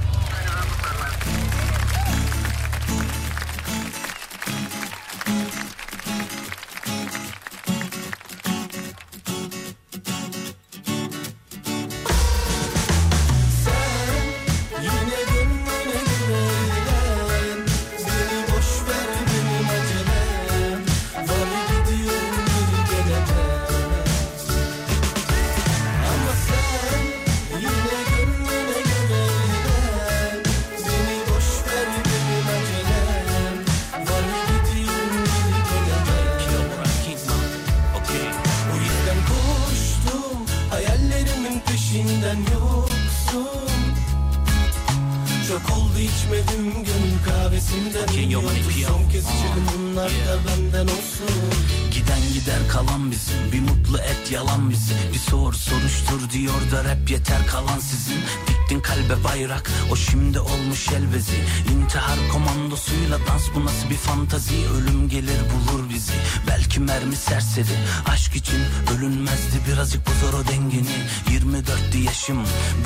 Yine dönmene güveylen Beni boş ver benim acelem Var gidiyorum geri gelemem Ama sen yine gönlüne güveylen Beni boş ver benim acelem Var gidiyorum geri gelemem O yüzden koştum hayallerimin peşinden yoksun çok oldu içmedim gönül kahvesinden Yiyordu son kez içelim bunlar da benden olsun Giden gider kalan bizim Bir mutlu et yalan bizi Bir sor soruştur diyor da rap yeter kalan sizin Diktin kalbe bayrak o şimdi olmuş elbezi İntihar komandosuyla dans bu nasıl bir fantazi Ölüm gelir bulur bizi belki mermi serseri Aşk için ölünmezdi birazcık bu zor o dengini 24'tü yaşım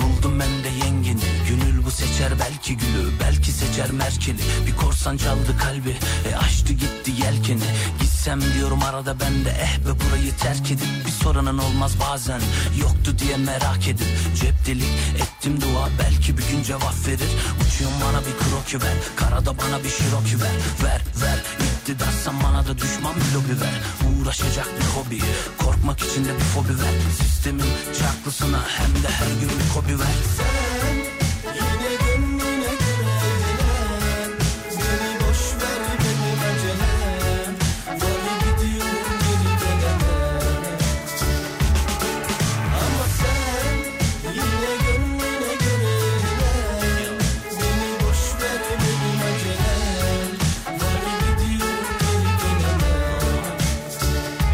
buldum ben de yengini Gönül bu seçer belki gülü belki seçer merkeli Bir korsan çaldı kalbi e açtı gitti yelkeni Gitsem diyorum arada ben de eh be burayı terk edip Bir soranın olmaz bazen yoktu diye merak edip Cep delik ettim dua belki bir gün cevap verir Uçuyorum bana bir kroki ver karada bana bir şiroki ver Ver ver iktidarsan bana da düşman bir lobi ver Uğraşacak bir hobi korkmak için de bir fobi ver Sistemin çaklısına hem de her gün bir kobi ver Yine gönlüne güveylen Beni boş ver benim acelem Var gidiyorum geri gelemem Ama sen yine gönlüne güveylen Beni boş ver benim acelem Var gidiyorum geri gelemem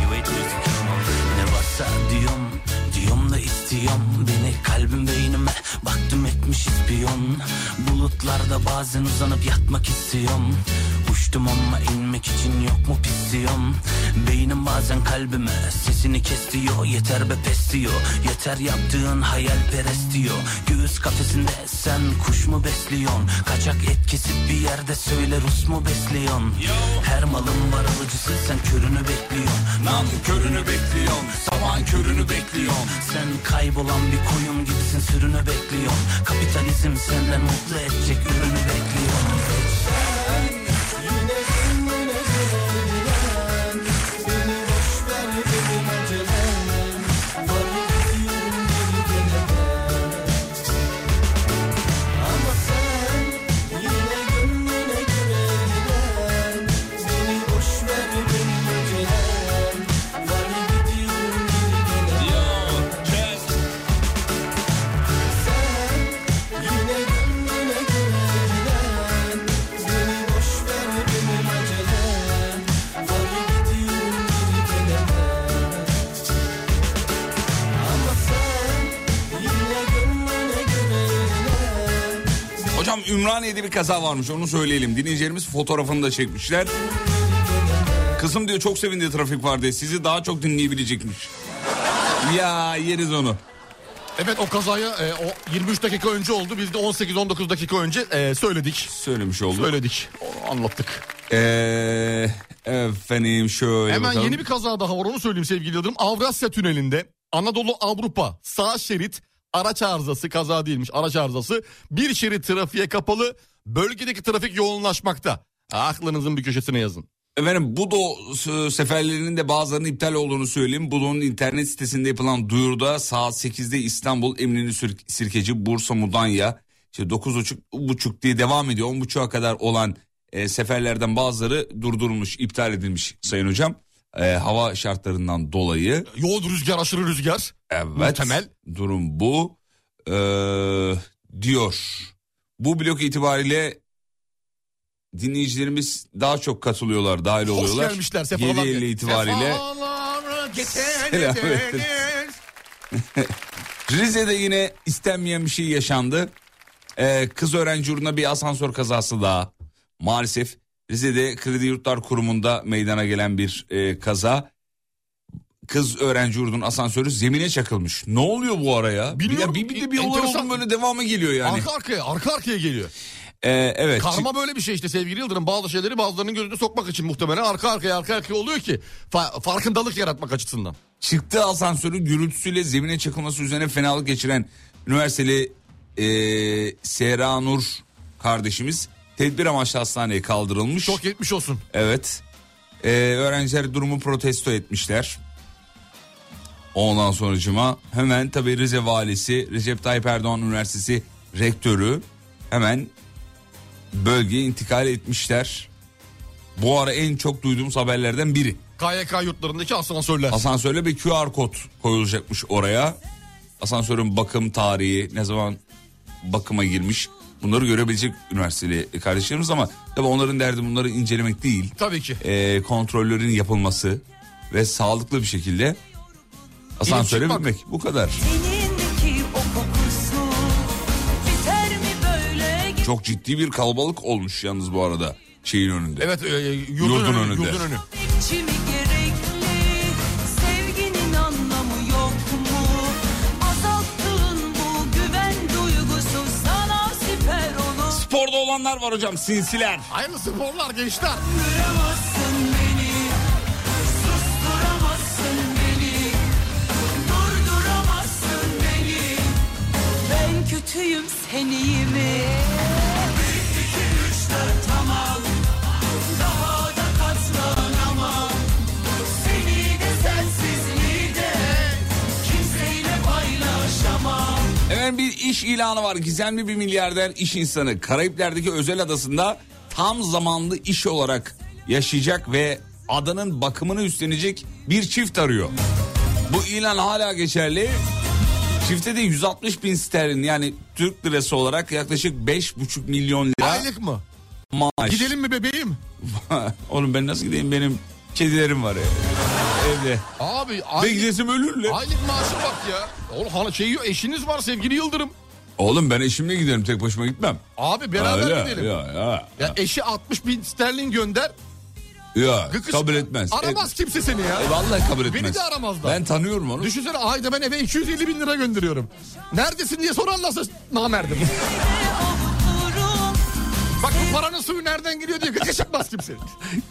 You ain't losing your mind. Ne varsa diyorum Diyorum da istiyorum Beni kalbim beynime Baktım etmiş ispiyon Bulutlarda bazen uzanıp yatmak istiyorum Uçtum ama inmek için yok mu pisliyorum Beynim bazen kalbime Sesini kes diyor Yeter be pes diyor Yeter yaptığın hayalperest diyor Göğüs kafesinde sen kuş mu besliyorsun Kaçak etkisi bir yerde söyle Rus mu besliyorsun Her malın var alıcısı sen körünü bekliyorsun Nam körünü bekliyorsun Saman körünü bekliyorsun Sen kaybolan bir koyun gibisin sürünü bekliyorsun Kapitalizm senden mutlu edecek ürünü bekliyorsun Yine gönlüne güveylen Beni boş ver benim acelem Var gidiyorum geri gelemem Ama sen yine gönlüne güveylen Beni boş ver benim acelem Var gidiyorum geri gelemem Hocam Ümraniye'de bir kaza varmış onu söyleyelim. Dinleyicilerimiz fotoğrafını da çekmişler. Kızım diyor çok sevindi trafik var diye. Sizi daha çok dinleyebilecekmiş. Ya yeriz onu. Evet o kazaya e, o 23 dakika önce oldu. Biz de 18-19 dakika önce e, söyledik. Söylemiş olduk. Söyledik. Onu anlattık. Ee, efendim şöyle Hemen bakalım. yeni bir kaza daha var onu söyleyeyim sevgili Yıldırım. Avrasya Tüneli'nde Anadolu Avrupa sağ şerit araç arızası kaza değilmiş araç arızası. Bir şerit trafiğe kapalı bölgedeki trafik yoğunlaşmakta. Aklınızın bir köşesine yazın. Efendim Budo s- e, seferlerinin de bazılarının iptal olduğunu söyleyeyim. Budo'nun internet sitesinde yapılan duyuruda saat 8'de İstanbul Eminönü Sir- Sirkeci Bursa Mudanya işte 9.30 diye devam ediyor. 10.30'a kadar olan e, seferlerden bazıları durdurulmuş, iptal edilmiş sayın hocam. E, hava şartlarından dolayı. Yoğun rüzgar aşırı rüzgar. Evet. Muhtemel. Durum bu. Ee, diyor. Bu blok itibariyle dinleyicilerimiz daha çok katılıyorlar, dahil Hoş oluyorlar. gelmişler sefalar. 7.50 itibariyle. Sefalar Selam ederiz. getirdiniz. Rize'de yine istenmeyen bir şey yaşandı. Ee, kız öğrenci uğruna bir asansör kazası daha. Maalesef Rize'de Kredi Yurtlar Kurumu'nda meydana gelen bir e, kaza. Kız öğrenci yurdunun asansörü zemine çakılmış. Ne oluyor bu araya? Bilmiyorum. Bir, de- bir de bir olay Enteresan. oldu mu böyle devamı geliyor yani. Arka arkaya, arka arkaya geliyor. Ee, evet. Karma böyle bir şey işte sevgili Yıldırım. Bazı şeyleri bazılarının gözüne sokmak için muhtemelen arka arkaya arka arkaya oluyor ki fa- farkındalık yaratmak açısından. Çıktığı asansörün gürültüsüyle zemine çakılması üzerine fenalık geçiren üniversiteli e, Sera Nur kardeşimiz tedbir amaçlı hastaneye kaldırılmış. Çok yetmiş olsun. Evet. E, öğrenciler durumu protesto etmişler. Ondan sonracıma hemen tabii Rize valisi Recep Tayyip Erdoğan Üniversitesi rektörü hemen bölgeye intikal etmişler. Bu ara en çok duyduğumuz haberlerden biri. KYK yurtlarındaki asansörler. Asansörle bir QR kod koyulacakmış oraya. Asansörün bakım tarihi, ne zaman bakıma girmiş. Bunları görebilecek üniversiteli kardeşlerimiz ama tabii onların derdi bunları incelemek değil. Tabii ki. Ee, kontrollerin yapılması ve sağlıklı bir şekilde asansöre İnip çıkmak. binmek. Bu kadar. Tenindeki o kokusu biter mi böyle Çok ciddi bir kalabalık olmuş yalnız bu arada şeyin önünde. Evet e, yurdun, Yurdun önü, önünde. yurdun önü. gitmekçi mi gerekli? Sevginin anlamı yok mu? Azalttığın bu güven duygusu sana siper olur. Sporda olanlar var hocam sinsiler. Aynı sporlar gençler. Durduramazsın beni, susturamazsın beni, durduramazsın beni. Ben kötüyüm sen iyi mi? Bir, iki, üç, dört tamam, daha da katlanamam. Seni de sensizliği de kimseyle paylaşamam. Hemen bir iş ilanı var. Gizemli bir milyarder iş insanı Karayipler'deki özel adasında tam zamanlı iş olarak yaşayacak ve adanın bakımını üstlenecek bir çift arıyor. Bu ilan hala geçerli. Çifte de 160 bin sterlin yani Türk lirası olarak yaklaşık 5,5 milyon lira Aylık mı? maaş. Gidelim mi bebeğim? Oğlum ben nasıl gideyim benim kedilerim var ya. evde. Abi Ve aylık, gidesim ölürler. aylık maaşı bak ya. Oğlum hani şey yok, eşiniz var sevgili Yıldırım. Oğlum ben eşimle giderim tek başıma gitmem. Abi beraber Öyle, gidelim. Ya, Ya. ya. eşi 60 bin sterlin gönder. Ya Gıkış- kabul etmez. Aramaz kimse seni ya. E, e, vallahi kabul etmez. Beni de aramazlar. Ben tanıyorum onu. Düşünsene ayda ben eve 250 bin lira gönderiyorum. Neredesin diye sorarlarsa namerdim. Bak bu paranın suyu nereden geliyor diye gıkış yapmaz kimse.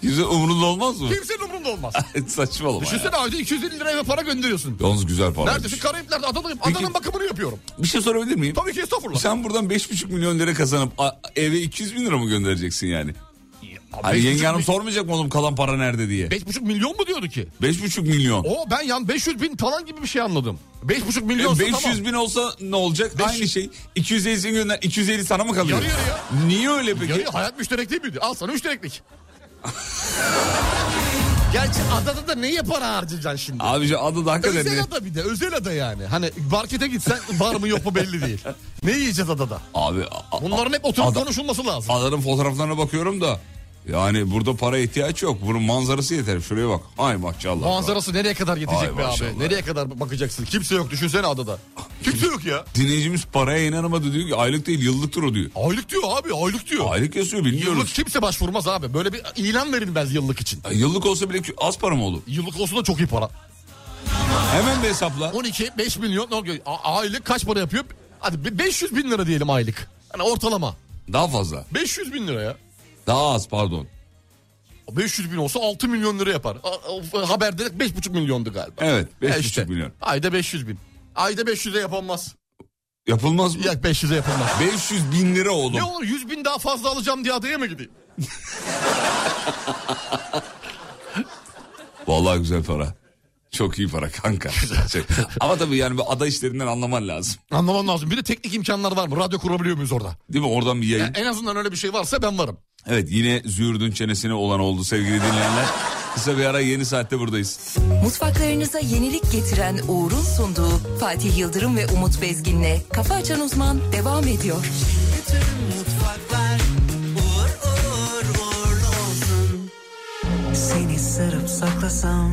Güzel umurunda olmaz mı? Kimsenin umurunda olmaz. Saçmalama ya. Düşünsene ayda 250 lira eve para gönderiyorsun. Yalnız güzel para. Neredesin? Karayipler'de adadayım. Peki- Adanın bakımını yapıyorum. Bir şey sorabilir miyim? Tabii ki estağfurullah. Sen buradan 5,5 milyon lira kazanıp a- eve 200 bin lira mı göndereceksin yani? Hani beş yenge buçuk hanım mi- sormayacak mı oğlum kalan para nerede diye? 5,5 milyon mu diyordu ki? 5,5 milyon. O ben yan 500 bin falan gibi bir şey anladım. 5,5 E, milyon 500 bin olsa ne olacak? Beş- Aynı şey. 250 'sini gönder. 250 sana mı kalıyor? Yarı yarıya. Niye öyle peki? Yani hayat müşterek değil miydi? Al sana müştereklik. Gerçi adada da neye para harcayacaksın şimdi? Abi adı da hakikaten özel ne? ada bir de özel ada yani. Hani markete gitsen var mı yok mu belli değil. Ne yiyeceğiz adada? Abi a- a- Bunların hep oturup Ada- konuşulması lazım. Adanın fotoğraflarına bakıyorum da Yani burada para ihtiyaç yok. Bunun manzarası yeter. Şuraya bak. Ay maşallah. Manzarası nereye kadar yetecek Ay be maşallah. abi? Nereye kadar bakacaksın? Kimse yok düşünsene adada. Kimse yok ya. Dinleyicimiz paraya inanamadı diyor ki aylık değil yıllıktır o diyor. Aylık diyor abi aylık diyor. Aylık yazıyor bilmiyoruz. Yıllık Yıllık, kimse başvurmaz abi. Böyle bir ilan verilmez yıllık için. olsa bile kü- az para mı olur? Yıllık olsun da çok iyi para. Hemen bir hesapla. 12, 5 milyon. ne oluyor? A- Aylık kaç para yapıyor? Hadi bir 500 bin lira diyelim aylık. Hani ortalama. Daha fazla. 500 bin lira ya. Daha az pardon. 500 bin olsa 6 milyon lira yapar. A- a- Haberde 5,5 milyondu galiba. Evet 5,5 E işte, milyon. Ayda 500 bin. Ayda 500'e yapılmaz. Yapılmaz mı? Yak 500'e yapılmaz. 500 bin lira oğlum. Ne olur 100 bin daha fazla alacağım diye adaya mı gideyim? Vallahi güzel para. Çok iyi para kanka. Çok- Ama tabii yani bu ada işlerinden anlaman lazım. Anlamam lazım. Bir de teknik imkanlar var mı? Radyo kurabiliyor muyuz orada? Değil mi? Oradan bir yayın. Yani en azından öyle bir şey varsa ben varım. Evet yine züğürdün çenesine olan oldu sevgili dinleyenler. Kısa bir ara yeni saatte buradayız. Mutfaklarınıza yenilik getiren Uğur'un sunduğu Fatih Yıldırım ve Umut Bezgin'le Kafa Açan Uzman devam ediyor. Seni sarıp saklasam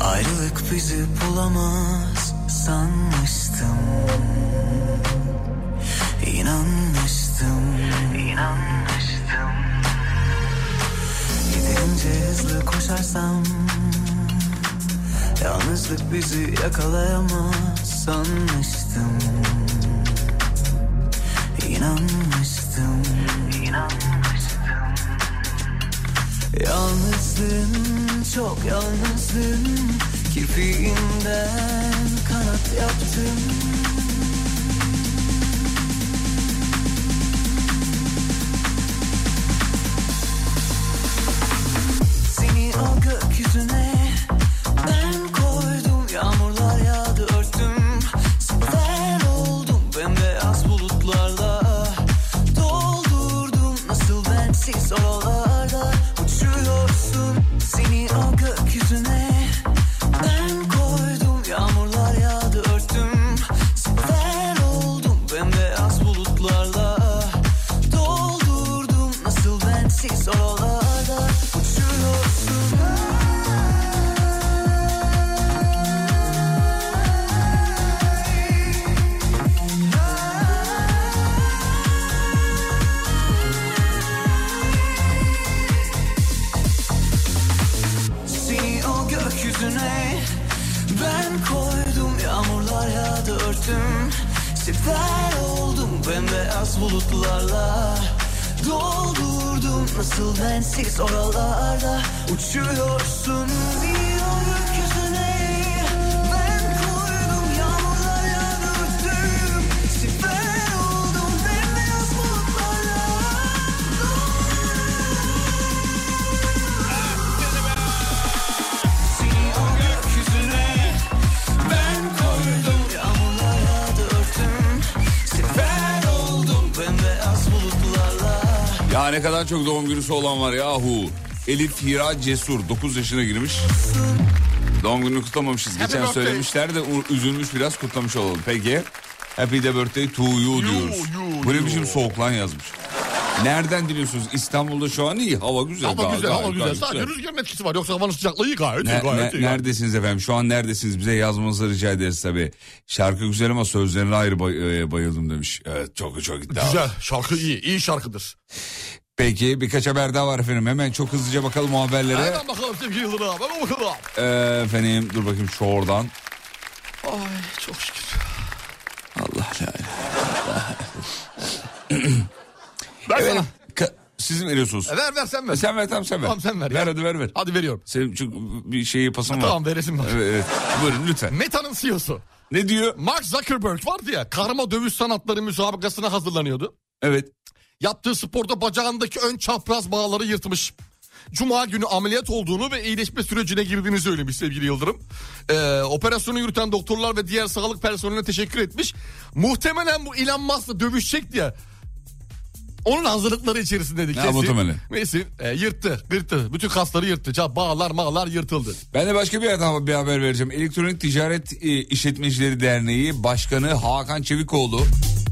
Ayrılık bizi bulamaz sanmıştım İnanmıştım İnanmıştım Gidince hızlı koşarsam Yalnızlık bizi yakalayamaz sanmıştım İnanmıştım İnanmıştım Yalnızlığın çok yalnızlığın Kirpiğinden kanat yaptım Seni o gökyüzüne ben koydum Yağmurlar yağdı örttüm Sefer oldum bembeyaz bulutlarla Doldurdum nasıl bensiz oralarda Uçuyorsun seni o gökyüzüne ben koydum Yağmurlar yağdı örttüm Sefer oldum bembeyaz bulutlarla Doldurdum nasıl bensiz oralarda Uçuyorsun Seni o gökyüzüne ben koydum Yağmurlar yağdı örtüm Sefer oldum bembeyaz bulutlarla Doldurdum nasıl bensiz oralarda Uçuyorsun bir o gökyüzüne Ben koydum yağmurlar yağdı örtüm Sefer oldum bembeyaz bulutlarla Seni o gökyüzüne ben koydum Yağmurlar yağdı örtüm Sefer oldum bembeyaz bulutlarla Ya ne kadar çok doğum günüsü olan var yahu. Elif Hira Cesur 9 yaşına girmiş. Doğum gününü kutlamamışız. Geçen birthday. söylemişler de u- üzülmüş biraz kutlamış olalım. Peki. Happy de birthday to you, diyoruz. you, Bu ne you. biçim soğuklan yazmış. Nereden biliyorsunuz? İstanbul'da şu an iyi. Hava güzel. Hava Gayet- güzel, hava gayet- güzel. gayet Sadece rüzgarın etkisi var. Yoksa havanın sıcaklığı iyi gayet iyi. Ne- Gayet ne- iyi. neredesiniz efendim? Şu an neredesiniz? Bize yazmanızı rica ederiz tabii. Şarkı güzel ama sözlerine ayrı bay- e, bayıldım demiş. Evet çok çok iddialı. Güzel. Şarkı iyi. iyi şarkıdır. Peki birkaç haber daha var efendim. Hemen çok hızlıca bakalım o haberlere. Nereden bakalım sevgili Yıldırım? Hemen bakalım. Ee, efendim dur bakayım şu oradan. Ay çok şükür. Allah la ilahe. Ben Efendim, sana. ka- siz mi veriyorsunuz? E, Ver ver sen ver. Sen ver tamam sen ver. Tamam, sen ver ya. Ver hadi ver ver. Hadi veriyorum. Senin çünkü bir şeyi pasım var. Tamam veresim var. Evet, evet. Buyurun lütfen. Meta'nın CEO'su. Ne diyor? Mark Zuckerberg vardı ya. Karma dövüş sanatları müsabakasına hazırlanıyordu. Evet. Yaptığı sporda bacağındaki ön çapraz bağları yırtmış. Cuma günü ameliyat olduğunu ve iyileşme sürecine girdiğini söylemiş sevgili Yıldırım. Ee, operasyonu yürüten doktorlar ve diğer sağlık personeline teşekkür etmiş. Muhtemelen bu Elon Musk'la dövüşecek diye onun hazırlıkları içerisindeydi Ya, kesin. muhtemelen. Neyse e, yırttı, yırttı. Bütün kasları yırttı. Ça- Bağlar, mağlar yırtıldı. Ben de başka bir haber, bir haber vereceğim. Elektronik Ticaret e, İşletmecileri Derneği Başkanı Hakan Çevikoğlu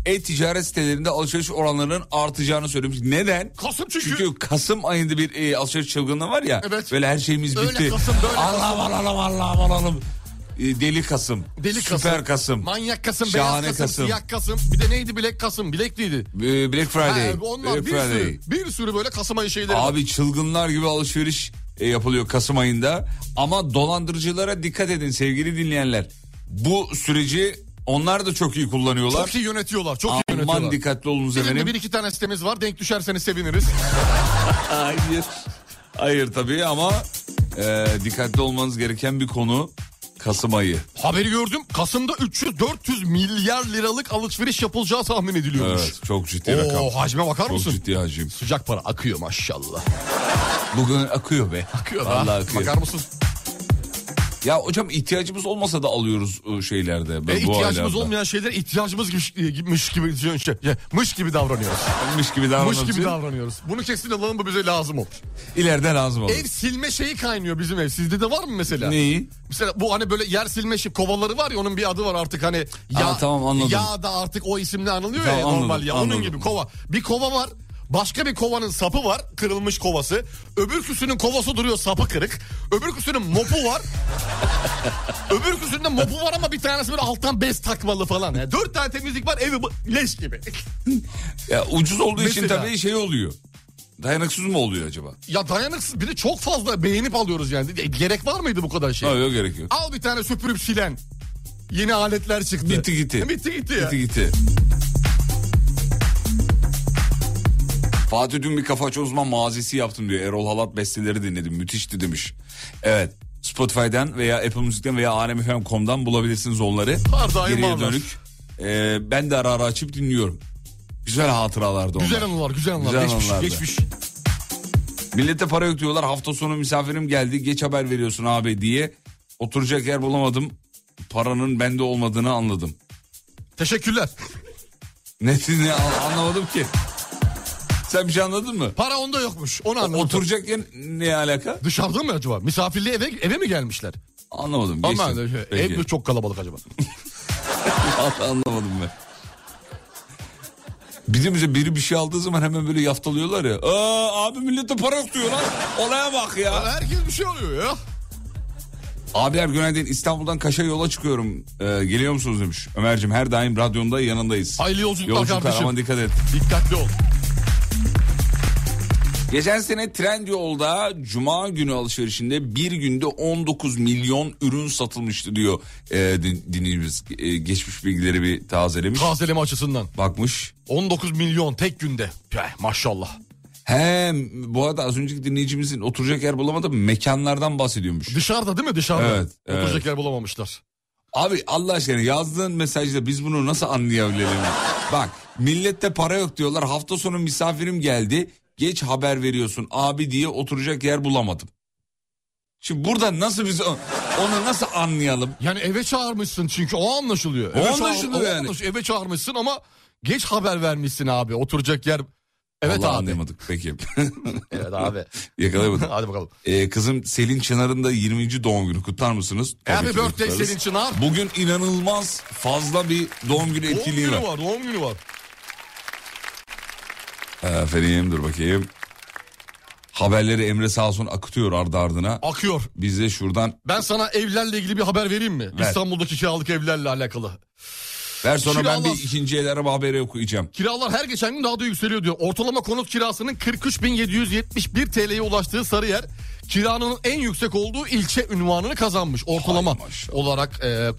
e-ticaret sitelerinde alışveriş oranlarının artacağını söylemiş. Neden? Kasım çünkü. Çünkü Kasım ayında bir e, alışveriş çılgınlığı var ya. Evet. Böyle her şeyimiz Öyle bitti. Kasım, böyle Allah'ım Allah'ım Allah'ım Allah'ım. E, Deli Kasım. Deli Kasım. Süper Kasım. Manyak Kasım, Şahane beyaz Kasım, Kasım. siyah Kasım. Bir de neydi Bilek Kasım, bilekliydi. E, Black Friday. Ha, onlar Black bir Friday. sürü, bir sürü böyle Kasım ayı şeyleri var. Abi çılgınlar gibi alışveriş e, yapılıyor Kasım ayında. Ama dolandırıcılara dikkat edin sevgili dinleyenler. Bu süreci onlar da çok iyi kullanıyorlar. Çok iyi yönetiyorlar, çok iyi Aman yönetiyorlar. dikkatli olunuz Birinde efendim. bir iki tane sitemiz var. Denk düşerseniz seviniriz. Hayır. Hayır tabii ama e, dikkatli olmanız gereken bir konu Kasım ayı. Haberi gördüm. Kasım'da 300-400 milyar liralık alışveriş yapılacağı tahmin ediliyormuş. Evet çok ciddi rakam. Oo, hacme bakar Çok mısın? ciddi hacim. Sıcak para akıyor maşallah. Bugün akıyor be. Akıyor Vallahi ha. akıyor. Bakar mısın? Ya hocam ihtiyacımız olmasa da alıyoruz e, şeylerde. E, bu ihtiyacımız aylarda. olmayan şeylere ihtiyacımız gibi, gibiymiş gibi, şey, ya, mış gibi davranıyoruz. Mış gibi Mış davranmak gibi gibi davranıyoruz. Bunu kesin alalım bu bize lazım olur. ileride lazım olur. Ev silme şeyi kaynıyor bizim ev. Sizde de var mı mesela? Neyi? Mesela bu hani böyle yer silme şey, kovaları var ya onun bir adı var artık hani. Ya, Aa, tamam, anladım. Ya da artık o isimle anılıyor Tamam, ya anladım, normal ya. anladım. Onun gibi kova. Bir kova var. Başka bir kovanın sapı var. Kırılmış kovası. Öbür küsünün kovası duruyor sapı kırık. Öbür küsünün mopu var. Öbür küsünde mopu var ama bir tanesi böyle alttan bez takmalı falan. Yani dört tane temizlik var evi bu- leş gibi. Ya ucuz olduğu için Mesela. tabii şey oluyor. Dayanıksız mı oluyor acaba? ya dayanıksız bir de çok fazla beğenip alıyoruz yani. E, Gerek var mıydı bu kadar şey? Ha, yok gerek yok. Al bir tane süpürüp silen. Yeni aletler çıktı. E, Bitti gitti. Bitti gitti ya. Gitti gitti. Fatih dün bir kafa açı uzman mazisi yaptım diyor. Erol Halat besteleri dinledim. Müthişti demiş. Evet. Spotify'dan veya Apple Müzik'ten veya alemfm.com'dan bulabilirsiniz onları. Var, daim Geriye varlar. dönük. Ee, ben de ara ara açıp dinliyorum. Güzel hatıralardı onlar. Güzel anılar, güzel anılar. Güzel geçmiş, anılardı. geçmiş. Millete para yok diyorlar. Hafta sonu misafirim geldi. Geç haber veriyorsun abi diye. Oturacak yer bulamadım. Paranın bende olmadığını anladım. Teşekkürler. Netini an- anlamadım ki. Sen bir şey anladın mı? Para onda yokmuş. Onu anladım. Oturacak yer ne alaka? Dışarıda mı acaba? Misafirliğe eve, eve mi gelmişler? Anlamadım. Ama geçtim. şey. ev Peki. mi çok kalabalık acaba? Anlamadım ben. Bizim bize biri bir şey aldığı zaman hemen böyle yaftalıyorlar ya. Aa, abi millete para yok diyor lan. Olaya bak ya. Herkes bir şey oluyor ya. Abiler günaydın İstanbul'dan Kaş'a yola çıkıyorum. Ee, geliyor musunuz demiş. Ömer'cim her daim radyonda yanındayız. Hayırlı yolculuklar kardeşim. aman dikkat et. Dikkatli ol. Geçen sene Trendyol'da Cuma günü alışverişinde bir günde 19 milyon ürün satılmıştı diyor e, din- dinleyicimiz. E, geçmiş bilgileri bir tazelemiş. Tazeleme açısından. Bakmış. 19 milyon tek günde. Peh, maşallah. Hem bu arada az önceki dinleyicimizin oturacak yer bulamadı mekanlardan bahsediyormuş. Dışarıda değil mi? Dışarıda. Evet, Oturacak evet. yer bulamamışlar. Abi Allah aşkına yazdığın mesajda biz bunu nasıl anlayabilelim? Bak millette para yok diyorlar hafta sonu misafirim geldi geç haber veriyorsun abi diye oturacak yer bulamadım. Şimdi burada nasıl biz o- onu nasıl anlayalım? Yani eve çağırmışsın çünkü o anlaşılıyor. O Eve anlaşılıyor çağır- o yani. anlaş- Eve çağırmışsın ama geç haber vermişsin abi. Oturacak yer... Evet Vallahi abi. anlayamadık peki. Evet abi. Yakalayamadım. Hadi bakalım. Ee, kızım Selin Çınar'ın da 20. doğum günü kutlar mısınız? Tabii Happy ki birthday kutlarız. Selin Çınar. Bugün inanılmaz fazla bir doğum günü Doğum etkinliği günü var. var. doğum günü var. Efendim dur bakayım. Haberleri Emre sağ olsun akıtıyor ardı ardına. Akıyor. Biz de şuradan Ben sana evlerle ilgili bir haber vereyim mi? Ver. İstanbul'daki kiralık evlerle alakalı. ver sonra ben Kiralar. bir ikinci el araba haberi okuyacağım. Kiralar her geçen gün daha da yükseliyor diyor. Ortalama konut kirasının 43.771 TL'ye ulaştığı Sarıyer kiranın en yüksek olduğu ilçe ünvanını kazanmış. Ortalama Hay maşallah. olarak e,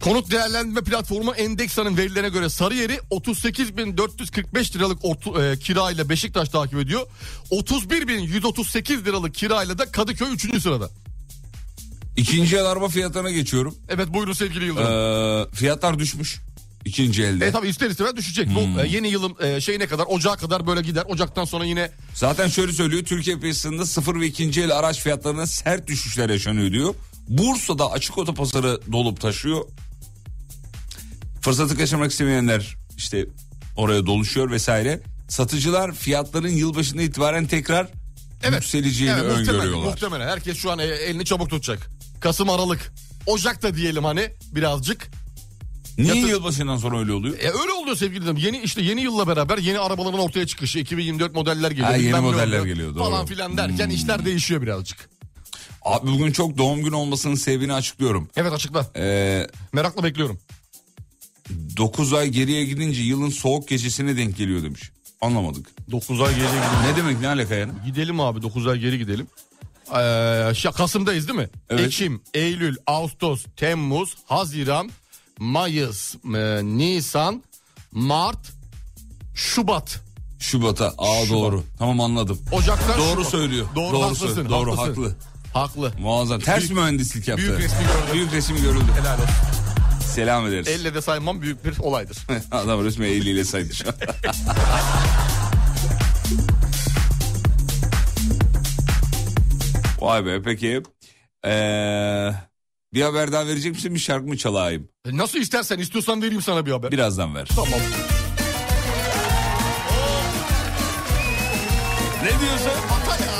konut değerlendirme platformu Endeksa'nın verilerine göre Sarıyer'i 38.445 liralık ortu, e, kirayla Beşiktaş takip ediyor. 31.138 liralık kirayla da Kadıköy 3. sırada. İkinci el araba fiyatına geçiyorum. Evet buyurun sevgili Yıldırım. Ee, fiyatlar düşmüş. İkinci elde. E tabi ister istemez düşecek. Hmm. Bu e, yeni yılın e, şeyine kadar ocağa kadar böyle gider. Ocaktan sonra yine Zaten şöyle söylüyor. Türkiye piyasasında sıfır ve ikinci el araç fiyatlarına sert düşüşler yaşanıyor diyor. Bursa'da açık otopazarı dolup taşıyor. Fırsatı kaçırmak istemeyenler işte oraya doluşuyor vesaire. Satıcılar fiyatların yılbaşından itibaren tekrar Evet. yükseleceğini evet, muhtemelen, öngörüyorlar. muhtemelen herkes şu an e, elini çabuk tutacak. Kasım Aralık. Ocak da diyelim hani birazcık. Niye Yatır- yılbaşından sonra öyle oluyor? E öyle oluyor sevgili dinleyicilerim. Yeni işte yeni yılla beraber yeni arabaların ortaya çıkışı 2024 modeller geliyor. Ha, yeni bilmem ne modeller oluyor geliyor, doğru. Hmm. Falan filan derken işler değişiyor birazcık. Abi bugün çok doğum günü olmasının sebebini açıklıyorum. Evet açıkla. Ee, Merakla bekliyorum. 9 ay geriye gidince yılın soğuk gecesine denk geliyor demiş. Anlamadık. 9 ay geri gidelim. Ne demek ne alaka yani? Gidelim abi 9 ay geri gidelim. Ee, şa- Kasım'dayız değil mi? Evet. Ekim, Eylül, Ağustos, Temmuz, Haziran, Mayıs, e, Nisan, Mart, Şubat. Şubat'a. Aa doğru. Tamam anladım. Ocaktan Doğru Şubat. söylüyor. Doğru, Doğru haklısın. söylüyor. Doğru, haklısın. haklı. Haklı. Muazzam. Ters Büyük- mühendislik yaptı. büyük resmi gördüm. Büyük resim görüldü. Helal olsun. Selam ederiz. Elle de saymam büyük bir olaydır. Adam resmi eliyle saydı şu an. Vay be peki. Ee, bir haber daha verecek misin bir şarkı mı çalayım? E, Nasıl istersen istiyorsan vereyim sana bir haber. Birazdan ver. Tamam. Ne diyorsun? Ata ya.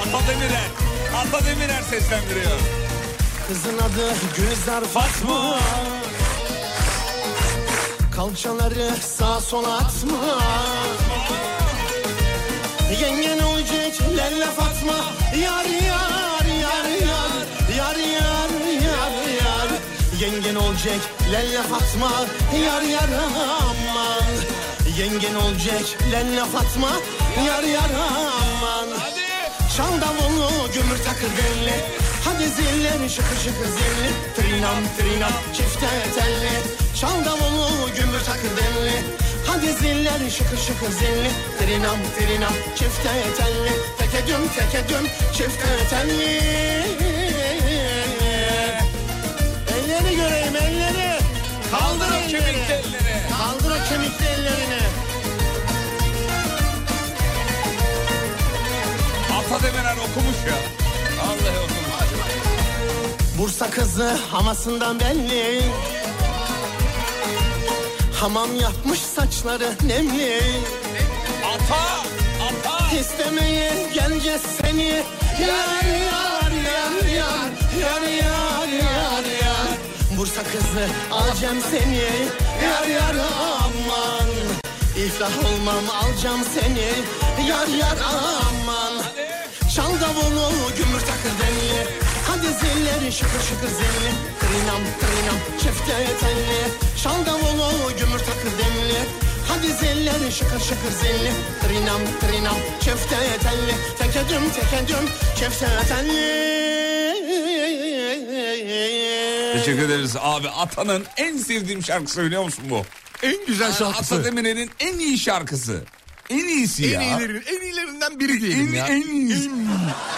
Ata Demirer. Ata Demirer seslendiriyor. Kızın adı Gözler Fatma Kalçaları sağ sola atma Yengen olacak lelle Fatma Yar yar yar yar Yar yar yar yar Yengen olacak lelle Fatma Yar yar aman Yengen olacak lelle Fatma Yar yar aman Çal davulu gümür takır belli Hadi zilleri şıkır şıkır zilli Trinam trinam çifte telli Çal davulu gümür takır belli Hadi zilleri şıkır şıkır zilli Trinam trinam çifte telli Teke düm teke düm çifte telli Elleri göreyim elleri Kaldır o kemik telleri Kaldır o kemik tellerini Ata Demirer okumuş ya. Vallahi okumuş. Bursa kızı hamasından belli Hamam yapmış saçları nemli Ata! Ata! İstemeye geleceğiz seni Yar yar yar yar Yar yar yar yar Bursa kızı alacağım seni Yar yar aman İflah olmam alacağım seni Yar yar aman Çal davulu gümür takır denli Hadi zilleri şıkır şıkır zilli Trinam trinam çifte telli Çal davulu gümür takır denli Hadi zilleri şıkır şıkır zilli Trinam trinam çifte telli Teke düm teke düm çifte telli Teşekkür ederiz abi. Ata'nın en sevdiğim şarkısı biliyor musun bu? En güzel Yani Ata şarkısı. Demirer'in en iyi şarkısı. En iyisi En ya. iyilerin en iyilerinden biri En, diyelim ya. en iyisi.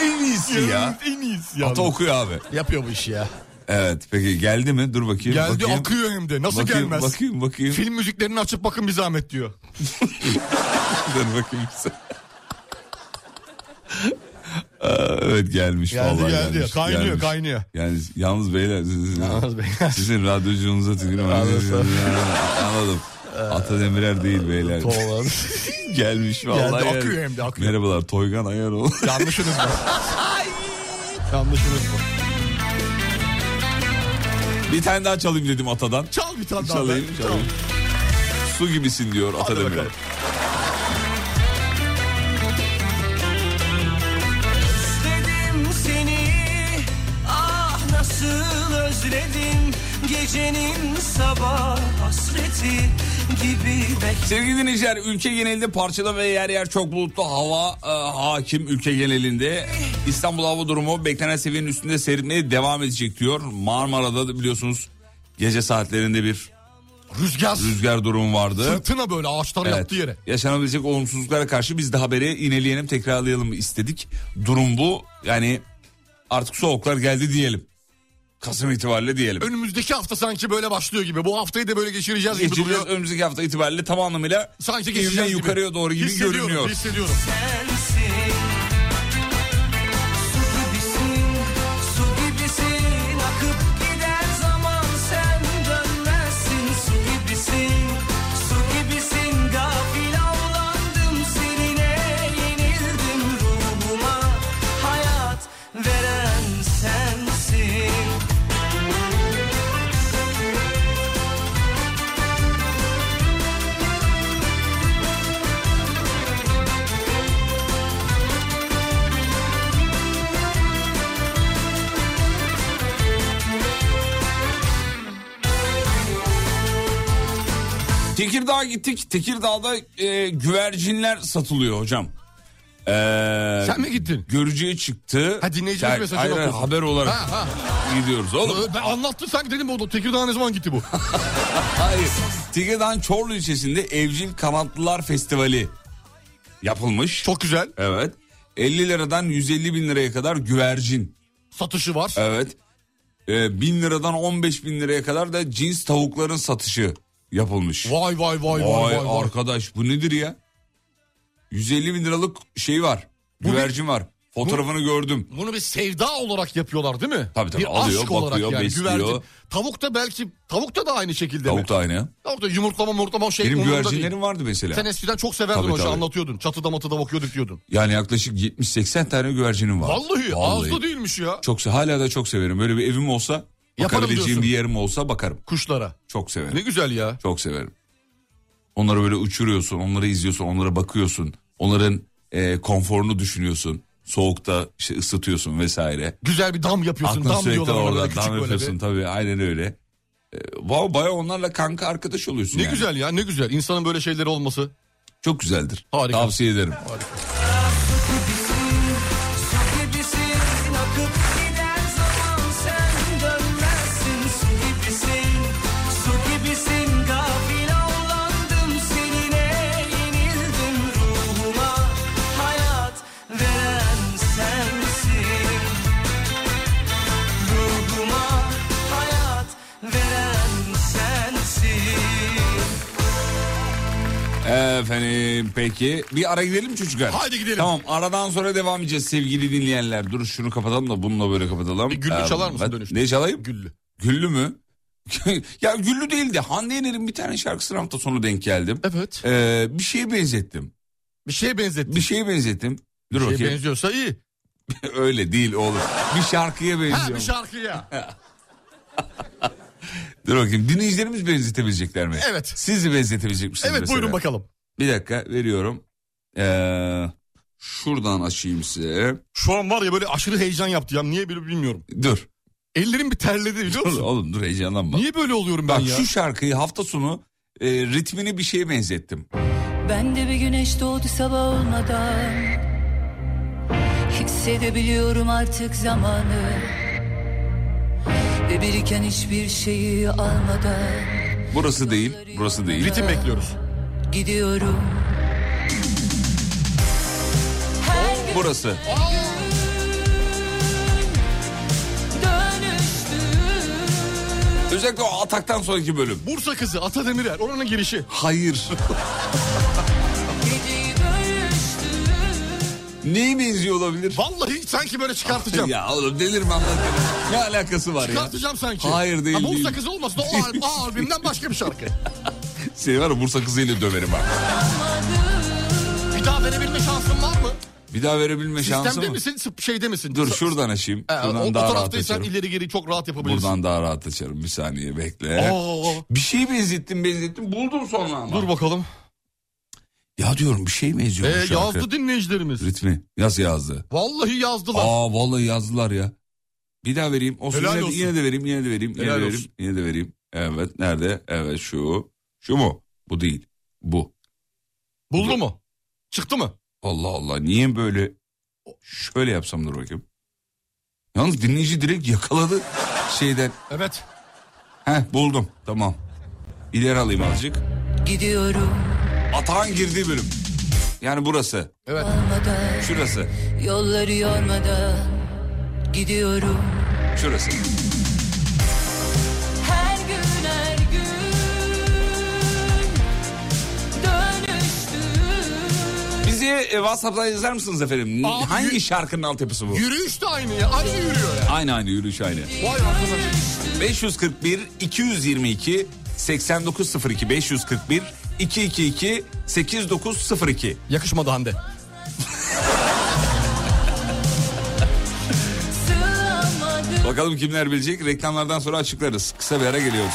En iyisi ya. En iyisi ya. Ata okuyor abi. Yapıyor bu işi ya. Evet peki geldi mi? Dur bakayım. Geldi bakayım. akıyor hem de. Nasıl bakayım, gelmez? Bakayım bakayım. Film müziklerini açıp bakın bir zahmet diyor. Dur bakayım. Aa, evet gelmiş Geldi vallahi geldi. gelmiş, Kaynıyor gelmiş. kaynıyor. Yani yalnız beyler sizin, Yalnız beyler. sizin radyocunuza tükürüm. Anladım. Anladım. Ee, Ata Demirer e, değil beyler. Doğru. Gelmiş vallahi. Geldi, akıyor yani. hem de, akıyor. Merhabalar Toygan Ayaroğlu. Yanlışınız mı? Ah, Yanlışınız mı? bir tane daha çalayım dedim Ata'dan. Çal bir tane daha. Çalayım, ben. çalayım. Su gibisin diyor Ata Hadi Demirer. bakalım. Özledim seni Ah nasıl özledim Gecenin sabah hasreti gibi bekledim Sevgili dinleyiciler ülke genelinde parçalı ve yer yer çok bulutlu hava e, hakim ülke genelinde. İstanbul hava durumu beklenen seviyenin üstünde serinmeye devam edecek diyor. Marmara'da da biliyorsunuz gece saatlerinde bir Rüzgar. rüzgar durumu vardı. Fırtına böyle ağaçlar Evet. yaptı yere. Yaşanabilecek olumsuzluklara karşı biz de haberi ineleyelim tekrarlayalım istedik. Durum bu yani artık soğuklar geldi diyelim. Kasım itibariyle diyelim. Önümüzdeki hafta sanki böyle başlıyor gibi. Bu haftayı da böyle geçireceğiz gibi Geçeceğiz duruyor. önümüzdeki hafta itibariyle tam anlamıyla Sanki ivme geçeceğiz gibi. yukarıya doğru gibi hissediyorum, görünüyor. Hissediyorum. sensin Su gibisin, su gibisin Akıp gider zaman sen dönmezsin Su gibisin, su gibisin Gafil avlandım serine Yenildim ruhuma Hayat veren sensin Tekirdağ'a gittik. Tekirdağ'da e, güvercinler satılıyor hocam. Ee, Sen mi gittin? Görücüye çıktı. Ha, dinleyicimiz Ter- mesajını Hayır, hayır, okuyorsun. haber olarak Ha, ha. gidiyoruz oğlum. Ee, Ben anlattın sanki dedim o Tekirdağ'a ne zaman gitti bu? Hayır. Tekirdağ'ın Çorlu ilçesinde Evcil Kanatlılar Festivali yapılmış. Çok güzel. Evet. 50 liradan 150 bin liraya kadar güvercin. Satışı var. Evet. Ee, 1000 liradan 15 bin liraya kadar da cins tavukların satışı yapılmış. Vay vay vay vay Vay vay. vay. arkadaş bu nedir ya? 150 bin liralık şey var. bir- güvercin var. Fotoğrafını gördüm. Bunu bir sevda olarak yapıyorlar değil mi? Tabii, tabii. Bir Alıyor, aşk bakıyor, olarak yani. besliyor. Güvercin. Tavuk da belki tavuk da da aynı şekilde mi? Tavuk da aynı. Tavuk da yumurtlama murtlama o şey Benim umurunda güvercinlerim değil. vardı mesela. Sen eskiden çok severdin Tabii, hoca tabii. anlatıyordun. Çatıda matıda bakıyorduk diyordun. Yani yaklaşık 70-80 tane güvercinim var. Vallahi, ağızda değilmiş ya. Çok se- hala da çok severim. Böyle bir evim olsa Yaparım bakabileceğim diyorsun. bir yerim olsa bakarım. Kuşlara. Çok severim. Ne güzel ya. Çok severim. Onları böyle uçuruyorsun, onları izliyorsun, onlara bakıyorsun. Onların e, konforunu düşünüyorsun. Soğukta işte ısıtıyorsun vesaire. Güzel bir dam yapıyorsun. Aklın dam sürekli diyorlar ona böyle orada. küçük Dam böyle. yapıyorsun bir. tabii aynen öyle. E, Baya baya onlarla kanka arkadaş oluyorsun Ne yani. güzel ya ne güzel. İnsanın böyle şeyleri olması. Çok güzeldir. Harika. Tavsiye ederim. gibisin akıp gider zaman sen dönmezsin su gibisin su gibisin gafil avlandım senine yenildim ruhuma hayat veren sensin ruhuma hayat veren sensin Efendim peki bir ara gidelim mi çocuklar. Haydi gidelim. Tamam aradan sonra devam edeceğiz sevgili dinleyenler. Dur şunu kapatalım da bununla böyle kapatalım. Ee, Bir güllü çalar mısın ben- dönüşte? Ne çalayım? Güllü. Güllü mü? ya güllü değildi. Hande Yener'in bir tane şarkısına hafta sonu denk geldim. Evet. Ee, bir şeye benzettim. Bir şeye benzettin. Bir şeye benzettim. Dur Bir şeye bakayım. benziyorsa iyi. Öyle değil oğlum. Bir şarkıya Ha bir benziyor. şarkıya. Dur bakayım. Dinleyicilerimiz benzetebilecekler mi? Evet. Siz de benzetebilecek misiniz? evet mesela? buyurun bakalım. Bir dakika veriyorum. Ee, şuradan açayım size. Şu an var ya böyle aşırı heyecan yaptı ya. Niye böyle bilmiyorum. Dur. Ellerim bir terledi biliyor Dur musun? oğlum dur heyecanlanma. Niye böyle oluyorum ben Bak ya? şu şarkıyı hafta sonu e, ritmini bir şeye benzettim. Ben de bir güneş doğdu sabah olmadan Hissedebiliyorum artık zamanı Ve biriken hiçbir şeyi almadan Burası değil, burası değil. Ritim bekliyoruz. Gidiyorum Burası. Özellikle o ataktan sonraki bölüm. Bursa kızı Ata Demirer oranın girişi. Hayır. Neye benziyor olabilir? Vallahi sanki böyle çıkartacağım. Ya oğlum delirme anlatayım. Ne alakası var ya? çıkartacağım sanki. Hayır değil Ha, Bursa değil. kızı olmasın o al- A albümden başka bir şarkı. Seni Şey var ya Bursa kızıyla döverim ha. Bir daha verebilme şansın var mı? Bir daha verebilme şansı Sistemde mı? misin sp- şeyde misin? Dur Sa- şuradan açayım. Ee, o, Şuradan o daha rahat taraftaysan açarım. ileri geri çok rahat yapabilirsin. Buradan daha rahat açarım. Bir saniye bekle. Oo, Ee, Bir şey benzettim benzettim buldum sonra ama. dur bakalım. Ya diyorum bir şey benziyor Ee, bu şarkı. yazdı dinleyicilerimiz. Ritmi. Yaz yazdı. Vallahi yazdılar. Aa vallahi yazdılar ya. Bir daha vereyim. Olsun, Helal yine, de- olsun. yine de vereyim, yine de vereyim, yine Helal de vereyim, olsun. yine de vereyim. Evet, nerede? Evet şu. Şu mu? Bu değil. Bu. Buldu mu? Çıktı mı? Allah Allah niye böyle şöyle yapsam dur bakayım. Yalnız dinleyici direkt yakaladı şeyden. Evet. Heh buldum. Tamam. İleri alayım azıcık. Gidiyorum Atağın girdiği bölüm. Yani burası. Evet. almadan Şurası. Yolları yormadan Gidiyorum Şurası. Her gün her gün Dönüştüm Bizi e, WhatsApp'tan yazar mısınız efendim? Abi, Hangi yü- şarkının altyapısı bu? Yürüyüş de aynı ya. Aynı yürüyor ya. Aynı aynı yürüyüş aynı. Vay arkadaş. 541 222 8902 541 222 8902 Yakışmadı Hande. Sığamadım Bakalım kimler bilecek reklamlardan sonra açıklarız. Kısa bir ara geliyoruz.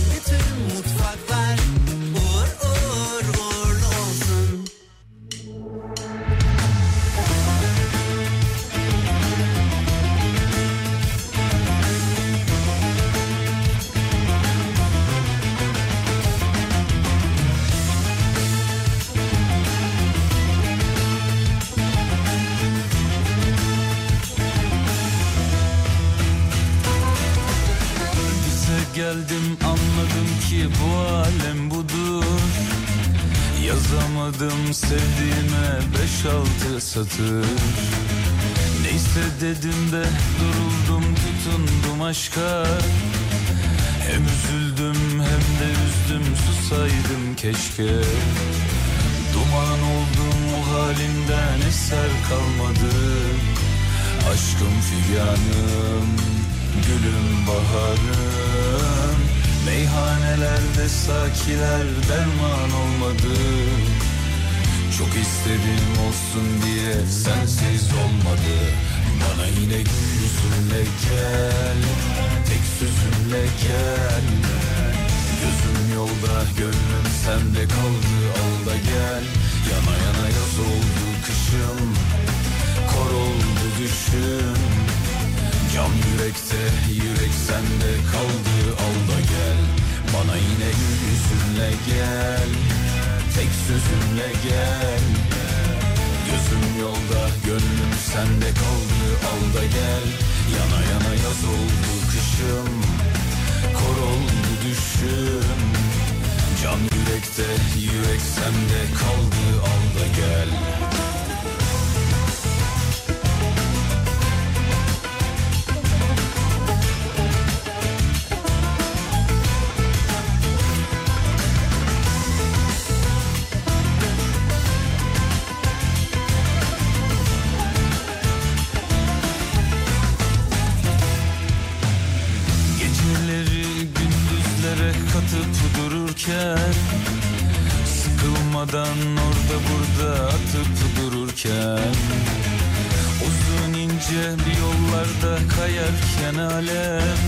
Bütün mutfaklar uğur uğur uğur ki bu alem budur Yazamadım sevdiğime beş altı satır Neyse dedim de duruldum tutundum aşka Hem üzüldüm hem de üzdüm susaydım keşke Duman oldum o halimden eser kalmadı Aşkım figanım, gülüm baharım Meyhanelerde sakiler derman olmadı Çok istediğim olsun diye sensiz olmadı Bana yine gül yüzünle gel Tek sözünle gel Gözüm yolda gönlüm sende kaldı al da gel Yana yana yaz oldu kışım Kor oldu düşüm Can yürekte yürek sende kaldı al da gel Bana yine gül yüzünle gel Tek sözünle gel Gözüm yolda gönlüm sende kaldı al da gel Yana yana yaz oldu kışım Kor oldu düşüm Can yürekte yürek sende kaldı al da gel Geceleri gündüzlere katıp dururken Sıkılmadan orada burada atıp dururken Uzun ince bir yollarda kayarken alem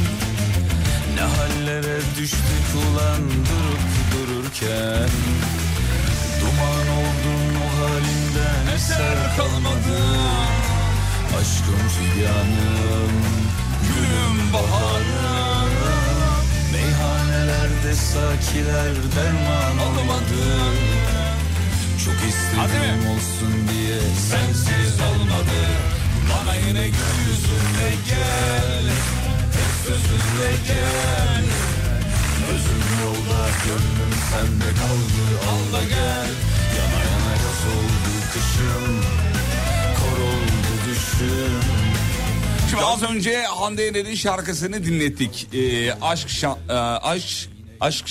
Ne hallere düştük ulan durup dururken Duman oldun o halinden eser kalmadı Aşkım figanım Gülüm baharım Meyhanelerde sakiler derman alamadı Çok istediğim olsun diye sensiz olmadı Bana yine gül yüzünle gel Tek sözünle gel Gözüm yolda gönlüm sende kaldı Al da gel Yana yana yaz oldu kışım Kor oldu düşüm Şimdi az önce Hande Yener'in şarkısını dinlettik. Ee, aşk şa- e, aşk aşk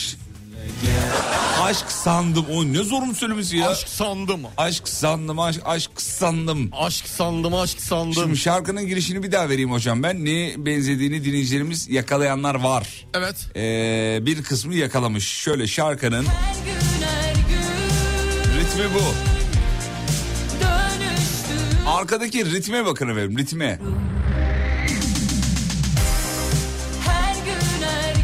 aşk sandım. O ne zorun söylemesi ya? Aşk sandım. Aşk sandım. Aşk, aşk sandım. Aşk sandım. Aşk sandım. Şimdi şarkının girişini bir daha vereyim hocam ben. Ne benzediğini dinleyicilerimiz yakalayanlar var. Evet. Ee, bir kısmı yakalamış. Şöyle şarkının ritmi bu. Arkadaki ritme bakın efendim ritme. Her gün her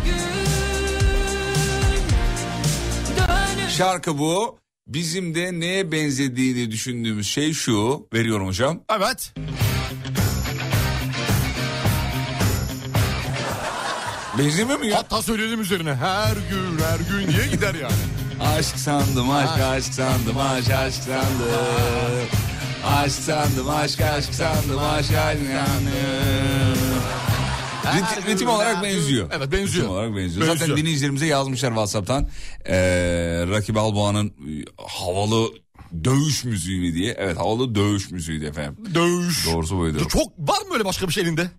gün Şarkı bu. Bizim de neye benzediğini düşündüğümüz şey şu. Veriyorum hocam. Evet. Benzemiyor mu ya? Hatta söyleyelim üzerine. Her gün her gün diye gider yani. Aşk sandım aşk aşk sandım aşk aşk sandım. Aşk sandım aşk aşk sandım aşk aşk sandım. Rit- ritim olarak benziyor. Evet benziyor. Ritim olarak benziyor. Zaten Benziyor. dinleyicilerimize yazmışlar WhatsApp'tan. Ee, Rakip Alboğa'nın e, havalı dövüş müziği mi diye. Evet havalı dövüş müziğiydi efendim. Dövüş. Doğrusu buydu. Çok var mı öyle başka bir şey elinde?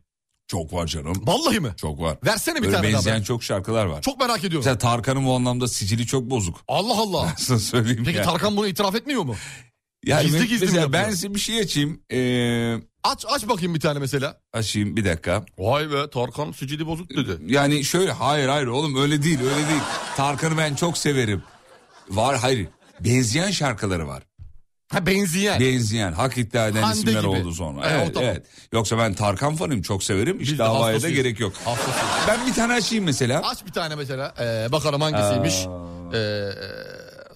Çok var canım. Vallahi mi? Çok var. Versene bir Böyle tane daha benzeyen ben. çok şarkılar var. Çok merak ediyorum. Mesela Tarkan'ın bu anlamda sicili çok bozuk. Allah Allah. Sana söyleyeyim Peki yani. Tarkan bunu itiraf etmiyor mu? Yani gizli me- gizli mi mesela yapıyor? ben size bir şey açayım. Ee, Aç aç bakayım bir tane mesela. açayım bir dakika. Vay be Tarkan sicili bozuk dedi. Yani şöyle hayır hayır oğlum öyle değil öyle değil. Tarkan'ı ben çok severim. Var hayır. Benzeyen şarkıları var. Ha benzeyen. Benzeyen, hak iddia eden Hande isimler gibi. oldu sonra. Evet, Evet, o tamam. evet. Yoksa ben Tarkan fanıyım, çok severim. Hiç de davaya da hastasıyız. gerek yok. Hastasıyız. Ben bir tane açayım mesela. Aç bir tane mesela. Ee, bakalım hangisiymiş. Ee,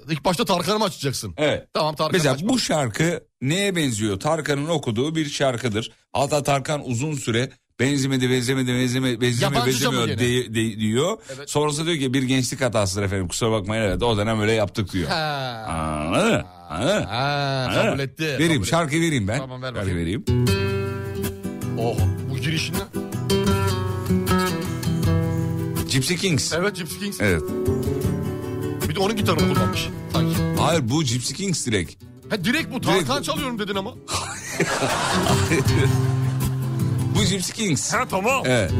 ilk başta Tarkan'ı mı açacaksın? Evet. Tamam Tarkan'ı Mesela aç. bu şarkı neye benziyor? Tarkan'ın okuduğu bir şarkıdır. Hatta Tarkan uzun süre benzemedi, benzemedi, benzeme, benzeme, Yabancıca mı benzemiyor gene? de- de- diyor. Sonrasında diyor ki bir gençlik hatasıdır efendim kusura bakmayın evet o dönem öyle yaptık diyor. Ha. Anladın mı? Anladın mı? Ha, Anladın mı? kabul etti. kabul Vereyim etti. şarkı vereyim ben. Tamam, ver Şarkı bakayım. vereyim. Oh bu girişinde. Gypsy Kings. Evet Gypsy Kings. Evet. Bir de onun gitarını kullanmış. Sanki. Hayır bu Gypsy Kings direkt. Ha direkt bu Tarkan çalıyorum dedin ama. bu Gypsy Kings. Ha tamam. Evet.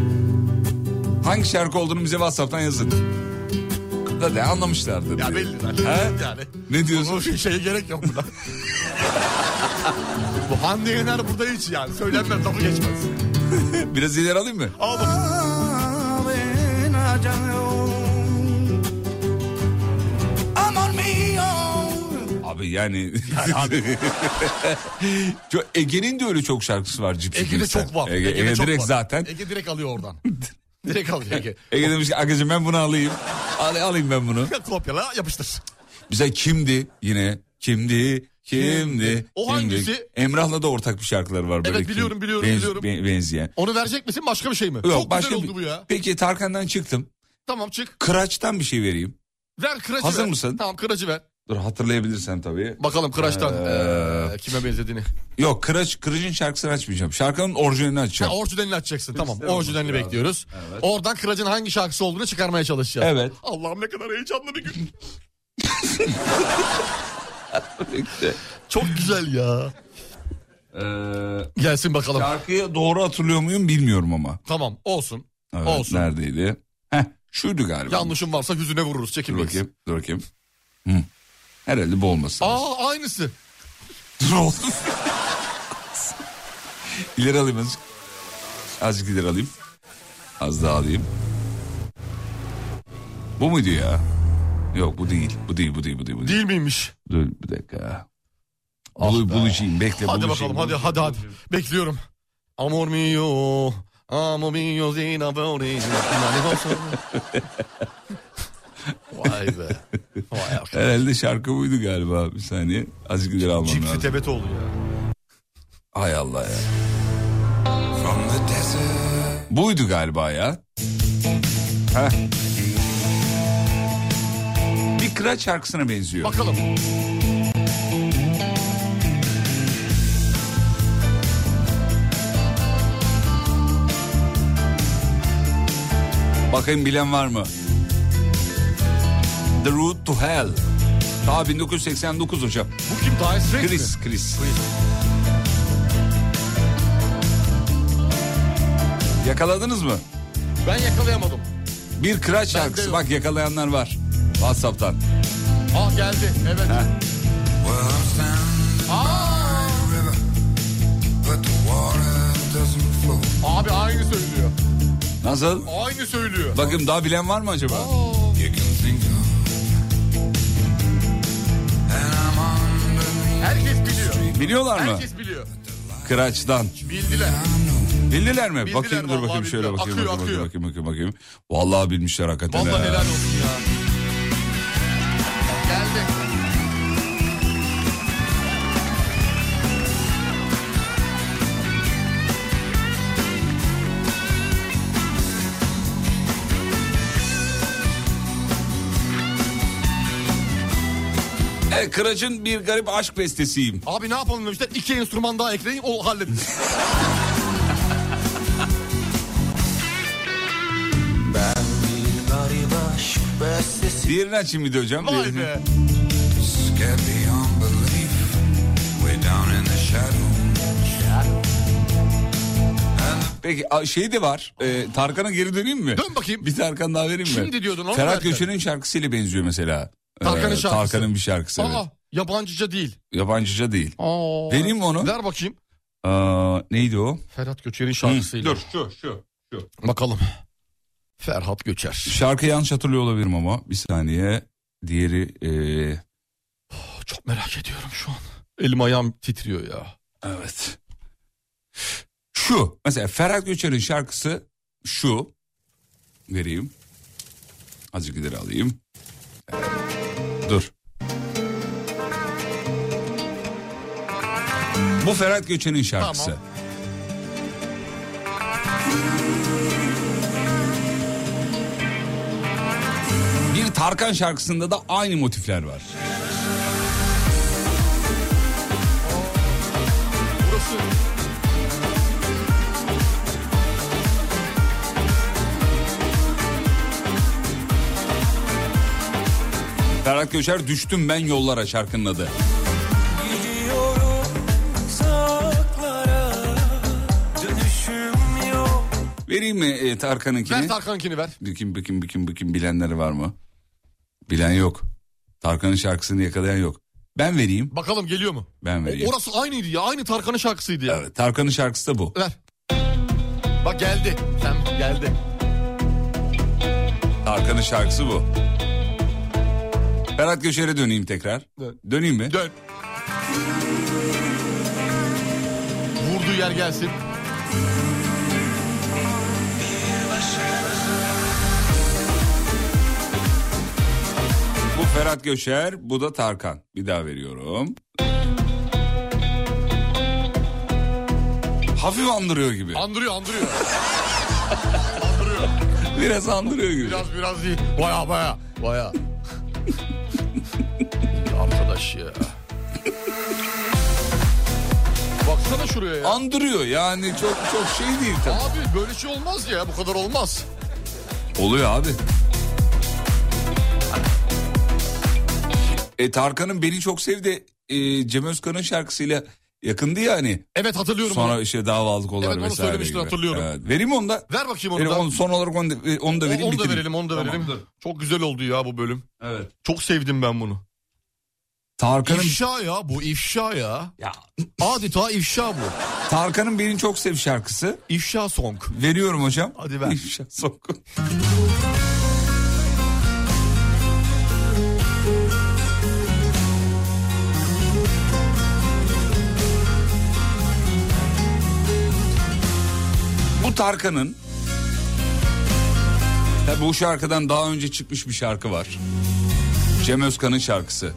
Hangi şarkı olduğunu bize WhatsApp'tan yazın. Zaten anlamışlardır. Ya diyor. belli zaten. He? Yani. Ne diyorsun? Bu şeye gerek yok buna. bu Hande Yener burada hiç yani. Söylenmez lafı geçmez. Biraz ileri alayım mı? Al bakalım. Abi yani... Çok- Ege'nin de öyle çok şarkısı var Gypsy Ege'de Kings'ten. çok var. Ege, Ege çok direkt var. zaten. Ege direkt alıyor oradan. direkt alıyor Ege. Ege demiş ki Agacım ben bunu alayım. Al, alayım ben bunu. Kopyala yapıştır. Bize kimdi yine? Kimdi? Kimdi? O Kimdi? hangisi? Emrah'la da ortak bir şarkıları var böyle. Evet, biliyorum, kim- biliyorum, benz- biliyorum. ben- benzeyen. Onu verecek misin başka bir şey mi? Yok, Çok başka güzel bir- oldu bu ya. Peki Tarkan'dan çıktım. Tamam çık. Kıraç'tan bir şey vereyim. Ver kıracı Hazır ver. mısın? Tamam kıracı ver. Dur hatırlayabilirsem tabii. Bakalım kıraçtan eee, kime benzediğini. Ee, Yok Kıraç, Kıraç'ın şarkısını açmayacağım. Şarkının orijinalini Ha, açacağım. orijinalini açacaksın. Tamam İşte orijinalini olması bekliyoruz. Oradan kıracın hangi şarkısı olduğunu çıkarmaya çalışacağız. Evet. Allah'ım ne kadar heyecanlı bir gün. Çok güzel ya. Ee, Gelsin bakalım. şarkıyı doğru hatırlıyor muyum bilmiyorum ama. Tamam olsun. Evet, Olsun. Neredeydi? Heh, şuydu galiba. Yanlışım varsa yüzüne vururuz Dur çekinmeyiz. bakayım, dur bakayım. Hı. Herhalde bu olmasın. Aa aynısı. Dur olsun. ileri alayım azıcık. Azıcık ileri alayım. Az daha alayım. Bu muydu ya? Yok bu değil. Bu değil bu değil bu değil. Bu değil. Değil miymiş? Dur bir dakika. Bulu, buluşayım bekle Ah hadi buluşayım. bakalım hadi hadi hadi. Bekliyorum. Amor mio. Amor mio zina bori. Vay be. Vay arkadaş. Herhalde şarkı buydu galiba bir saniye. Azıcık ileri almam Cipsi lazım. Tebetoğlu ya. Hay Allah ya. Buydu galiba ya. Heh. Bir kıraç şarkısına benziyor. Bakalım. Bakayım bilen var mı? The Road to Hell. Daha 1989 hocam. Bu kim? Dire Straits mi? Chris, Chris. Yakaladınız mı? Ben yakalayamadım. Bir kıraç şarkısı. yok. Bak yakalayanlar var. WhatsApp'tan. Ah geldi. Evet. Aa, abi aynı söylüyor. Nasıl? Aynı söylüyor. Bakın daha bilen var mı acaba? Herkes biliyor. Biliyorlar mı? Herkes biliyor. Kıraç'tan. Bildiler. Bildiler mi? Bildiler, bakayım dur vallahi bakayım şöyle bildiler. bakayım, Akıyor, bakayım, akıyor. bakayım bakayım bakayım. Vallahi bilmişler hakikaten. Vallahi ha. helal olsun ya. Geldi. E, Kıraç'ın bir garip aşk bestesiyim. Abi ne yapalım demişler. İki enstrüman daha ekleyin o halledin. Diğerini açayım bir de hocam. Vay diğerini. be. Scared beyond belief. Way down in the shadows. Peki a, şey de var. E, Tarkan'a geri döneyim mi? Dön bakayım. Bir Tarkan daha vereyim mi? Şimdi diyordun onu Ferhat versen. Göçer'in şarkısıyla benziyor mesela. E, Tarkan'ın şarkısı. Tarkan'ın bir şarkısı. evet. Aa yabancıca değil. Yabancıca değil. Aa. Vereyim mi onu? Ver bakayım. Aa, neydi o? Ferhat Göçer'in şarkısıyla. Dur şu şu. Bakalım. Ferhat Göçer. Şarkıyı yanlış hatırlıyor olabilirim ama. Bir saniye. Diğeri e, Çok merak ediyorum şu an. Elim ayağım titriyor ya. Evet. Şu. Mesela Ferhat Göçer'in şarkısı şu. Vereyim. Azıcık ileri alayım. Dur. Bu Ferhat Göçer'in şarkısı. Tamam. Bir Tarkan şarkısında da aynı motifler var. Burası Ferhat Göçer Düştüm Ben Yollara şarkının adı. Gidiyorum saklara Dönüşüm yok Vereyim mi e, Tarkan'ınkini? Ver Tarkan'ınkini ver. Bükün bükün bükün bükün bilenleri var mı? Bilen yok. Tarkan'ın şarkısını yakalayan yok. Ben vereyim. Bakalım geliyor mu? Ben vereyim. O- Orası aynıydı ya. Aynı Tarkan'ın şarkısıydı ya. Tarkan'ın şarkısı da bu. Ver. Bak geldi. Sen geldi. Tarkan'ın şarkısı bu. Ferhat Göçer'e döneyim tekrar. Dön. Döneyim mi? Dön. Vurduğu yer gelsin. Bu Ferhat Göçer, bu da Tarkan. Bir daha veriyorum. Hafif andırıyor gibi. Andırıyor andırıyor. Biraz andırıyor gibi. Biraz biraz değil. Baya baya. Baya. Ya Arkadaş ya. Baksana şuraya ya. Andırıyor yani çok çok şey değil tabii. Abi böyle şey olmaz ya. Bu kadar olmaz. Oluyor abi. E Tarkan'ın Beni Çok Sevdi e, Cem Özkan'ın şarkısıyla yakındı ya hani. Evet hatırlıyorum. Sonra onu. işte davalık olar Evet, onu vesaire söylemiştin, gibi. hatırlıyorum. Evet. Vereyim mi onu da? Ver bakayım onu Verim, da. onu, son olarak onu da, e, onu da O- vereyim. onu da bitireyim. verelim onu da Tamam. verelim. Çok güzel oldu ya bu bölüm. Evet. Çok sevdim ben bunu. Tarkan'ın İfşa ya bu ifşa ya. ya, Adeta ifşa bu. Tarkan'ın Beni Çok Sev şarkısı. İfşa song. Veriyorum hocam. Hadi ver. İfşa soku. Bu Tarkan'ın Tabi bu şarkıdan daha önce çıkmış bir şarkı var. Cem Özkan'ın şarkısı.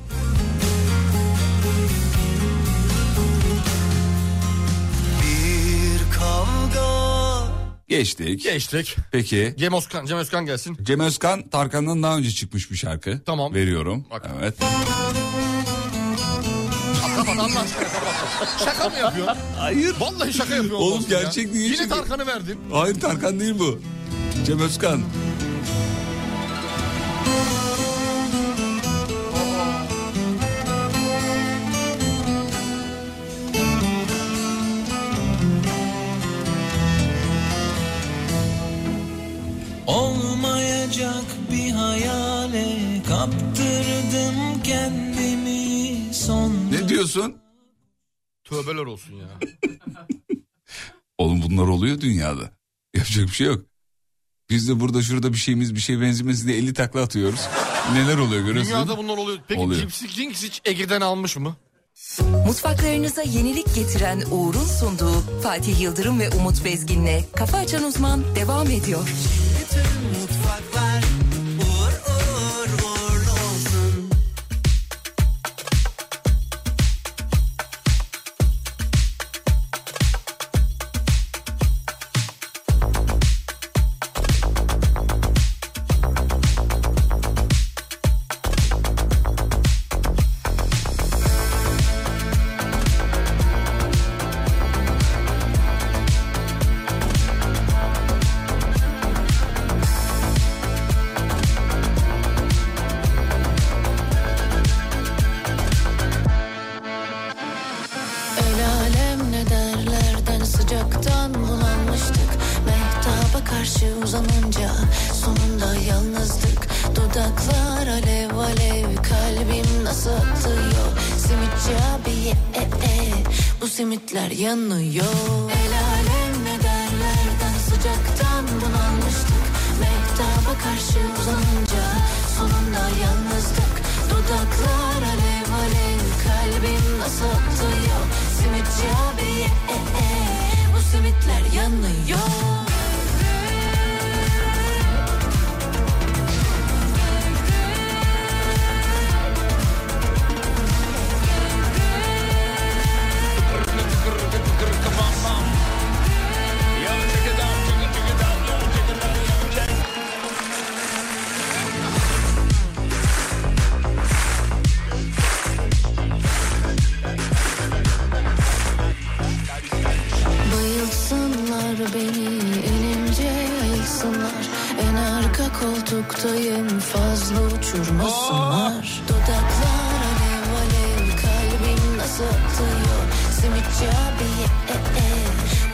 Bir kavga Geçtik. Geçtik. Peki. Cem Özkan, Cem Özkan gelsin. Cem Özkan Tarkan'dan daha önce çıkmış bir şarkı. Tamam. Veriyorum. Bak. Evet. Kapat Allah aşkına kapat. Şaka mı yapıyorsun? Hayır. Vallahi şaka yapıyorsun. Oğlum, dostum ya. gerçek değil Yine çünkü. Tarkan'ı verdim. Hayır Tarkan değil bu. Cem Özkan. Olmayacak bir hayale kaptırdım kendimi son. Ne diyorsun? Tövbeler olsun ya. Oğlum bunlar oluyor dünyada. Yapacak bir şey yok. Biz de burada şurada bir şeyimiz bir şey benzemesin diye 50 takla atıyoruz. Neler oluyor görüyorsun? Dünyada bunlar oluyor. Peki Oluyor. Gypsy Kings hiç Ege'den almış mı? Mutfaklarınıza yenilik getiren Uğur'un sunduğu Fatih Yıldırım ve Umut Bezgin'le Kafa Açan Uzman devam ediyor. Mutfaklar uğur uğur uğurlu olsun. El alem ne derlerden sıcaktan bulanmıştık Mehtaba karşı uzanınca sonunda yalnızdık Dudaklar alev alev kalbim nasıl atıyor Simitçi abi e, e, e, bu simitler yanıyor El alem ne derlerden sıcaktan bulanmıştık Mehtaba karşı uzanınca sonunda yalnızdık Dudaklar alev alev kalbim nasıl atıyor Simitçi abi ye, e, e, bu simitler yanıyor Elmasım var Dudaklar alev alev Kalbim nasıl atıyor Simitçi abi e, e, e.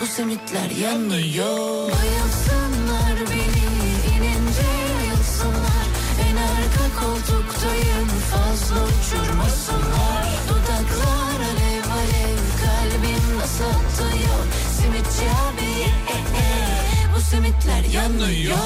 Bu simitler yanıyor Bayılsınlar beni inince yayılsınlar En arka koltuktayım Fazla uçurmasınlar Dudaklar alev alev Kalbim nasıl atıyor Simitçi abi e, e, e. Bu simitler yanıyor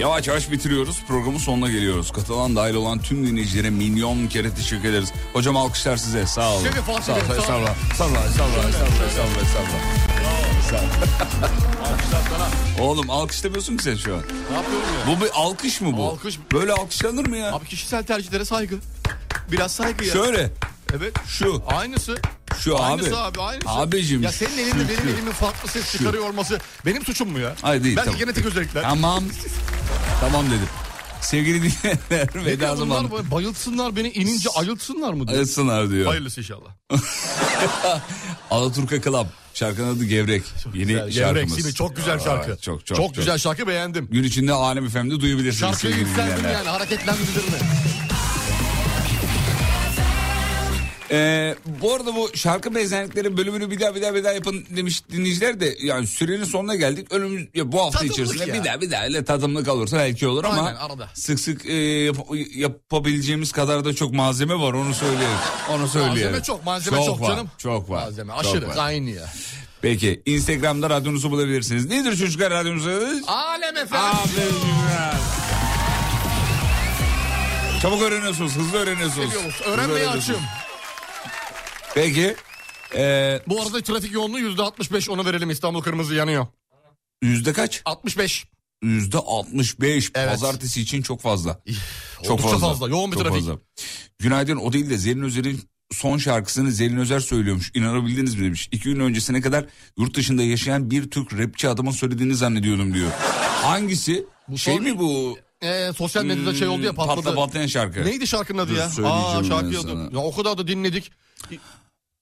Yavaş yavaş bitiriyoruz. Programın sonuna geliyoruz. Katılan dahil olan tüm dinleyicilere milyon kere teşekkür ederiz. Hocam alkışlar size. Sağ olun. Şeref alkışlar. Sağ olun. Sağ olun. Estağfurullah. Estağfurullah. Estağfurullah. Estağfurullah. Estağfurullah. Estağfurullah. Sağ olun. Oğlum alkış demiyorsun ki sen şu an. Ne yapıyorum ya? Bu bir alkış mı bu? Alkış. Böyle alkışlanır mı ya? Abi kişisel tercihlere saygı. Biraz saygı ya. Şöyle. Evet. Şu. Aynısı. Şu Aynısı abi. abi aynısı. Abicim, Ya senin şu, elinde şu. benim elimin farklı ses Şu. çıkarıyor olması benim suçum mu ya? Hayır değil. Belki tamam. genetik özellikler. Tamam. tamam dedim. Sevgili dinleyenler Ne veda diyor bunlar? zamanı. Bayıltsınlar beni inince ayıltsınlar mı diyor. Ayılsınlar diyor. Hayırlısı inşallah. Alaturka Club. Şarkının adı Gevrek. Yeni Gevrek, şarkımız. yine çok güzel şarkı. Aa, Çok, çok, Çok güzel şarkı beğendim. Gün içinde Alem FM'de duyabilirsiniz Şarkıyı sevgili yükseldim dinleyenler. yani hareketlendirir mi? Ee, bu arada bu şarkı benzerlikleri bölümünü bir daha bir daha bir daha yapın demiş dinleyiciler de yani sürenin sonuna geldik. Önümüz ya bu hafta Tadımlık içerisinde ya. bir daha bir daha öyle tadımlık olursa belki olur ama Aynen, arada. sık sık e, yap- yapabileceğimiz kadar da çok malzeme var onu söyleyelim. Onu söyleyelim. Malzeme çok, malzeme çok var, canım. Çok var. Malzeme çok aşırı var. aynı ya. Peki Instagram'da radyonuzu bulabilirsiniz. Nedir çocuklar radyonuz? adı? Alem efendim. Aferin. Çabuk öğreniyorsunuz, hızlı öğreniyorsunuz. Seviyoruz. Hızlı Öğrenmeye öğreniyorsunuz. açım. Peki. Ee, Bu arada trafik yoğunluğu yüzde 65 onu verelim İstanbul kırmızı yanıyor. yüzde kaç? 65. Yüzde 65 Evet. pazartesi için çok fazla. çok Oldukça fazla. fazla, yoğun bir Çok trafik. fazla. Günaydın o değil de Zerrin Özer'in son şarkısını Zerrin Özer söylüyormuş. İnanabildiniz mi demiş. İki gün öncesine kadar yurt dışında yaşayan bir Türk rapçi adamın söylediğini zannediyordum diyor. Hangisi? şey son- mi bu? Ee, sosyal medyada şey oldu ya Hmm, patla patladı. patlayan şarkı. Neydi şarkının adı Dur, ya? Aa söyleyeceğim ben şarkı sana. adı. Ya o kadar da dinledik.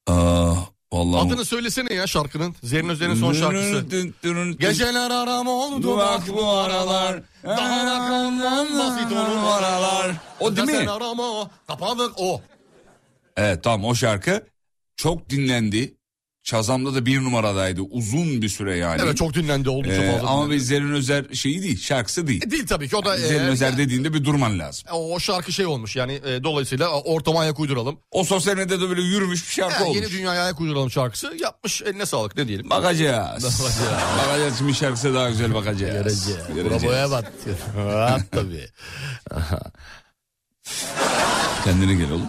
Aa, vallahi. Adını söylesene ya şarkının. Zerrin Özer'in son şarkısı. Geceler aram oldu bak bu aralar. Dağınakından basit olur aralar. O değil mi? Sen arama. Kapandık o. Evet tamam o şarkı çok dinlendi. Çazam'da da bir numaradaydı uzun bir süre yani. Evet çok dinlendi oldukça Hani- Ee, fazla. ama bir Zerrin Özer şeyi değil şarkısı değil. E, Değil tabii ki o da. Zerrin e, Özer dediğinde bir durman lazım. o şarkı şey olmuş yani e, dolayısıyla ortama ayak uyduralım. O sosyal medyada böyle yürümüş bir şarkı Ha, olmuş. yeni dünyaya ayak uyduralım şarkısı yapmış eline sağlık ne diyelim. Bakacağız. bakacağız şimdi şarkısı daha güzel bakacağız. Göreceğiz. Göreceğiz. Bravo'ya battı. Rahat tabii. Kendine gel oğlum.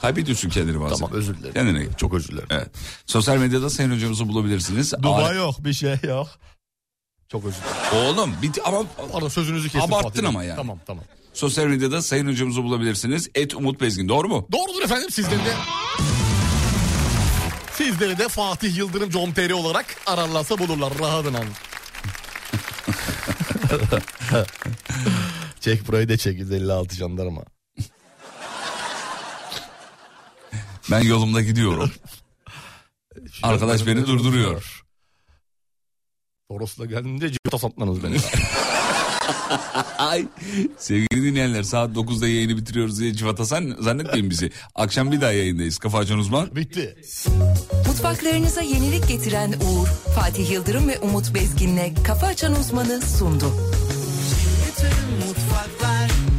Kaybediyorsun kendini bazen. Tamam özür dilerim. Kendine gel. Çok özür dilerim. Evet. Sosyal medyada Sayın Hocamızı bulabilirsiniz. Duba Ar- yok bir şey yok. Çok özür dilerim. Oğlum bit ama Pardon sözünüzü kestim. Abarttın Fatih Bey. ama yani. Tamam tamam. sosyal medyada Sayın Hocamızı bulabilirsiniz. Et Umut Bezgin doğru mu? Doğrudur efendim sizleri de... Sizleri de Fatih Yıldırım Comperi olarak ararlarsa bulurlar rahatına. çek burayı da çek 156 jandarma. Ben yolumda gidiyorum. Arkadaş beni durduruyor. Toros'la geldiğinde cıvıta satmanız beni. Ay. Sevgili dinleyenler saat 9'da yayını bitiriyoruz diye civata sen zannetmeyin bizi. Akşam bir daha yayındayız. Kafa açan uzman. Bitti. Mutfaklarınıza yenilik getiren Uğur, Fatih Yıldırım ve Umut Bezgin'le Kafa Açan Uzman'ı sundu. Bütün mutfaklar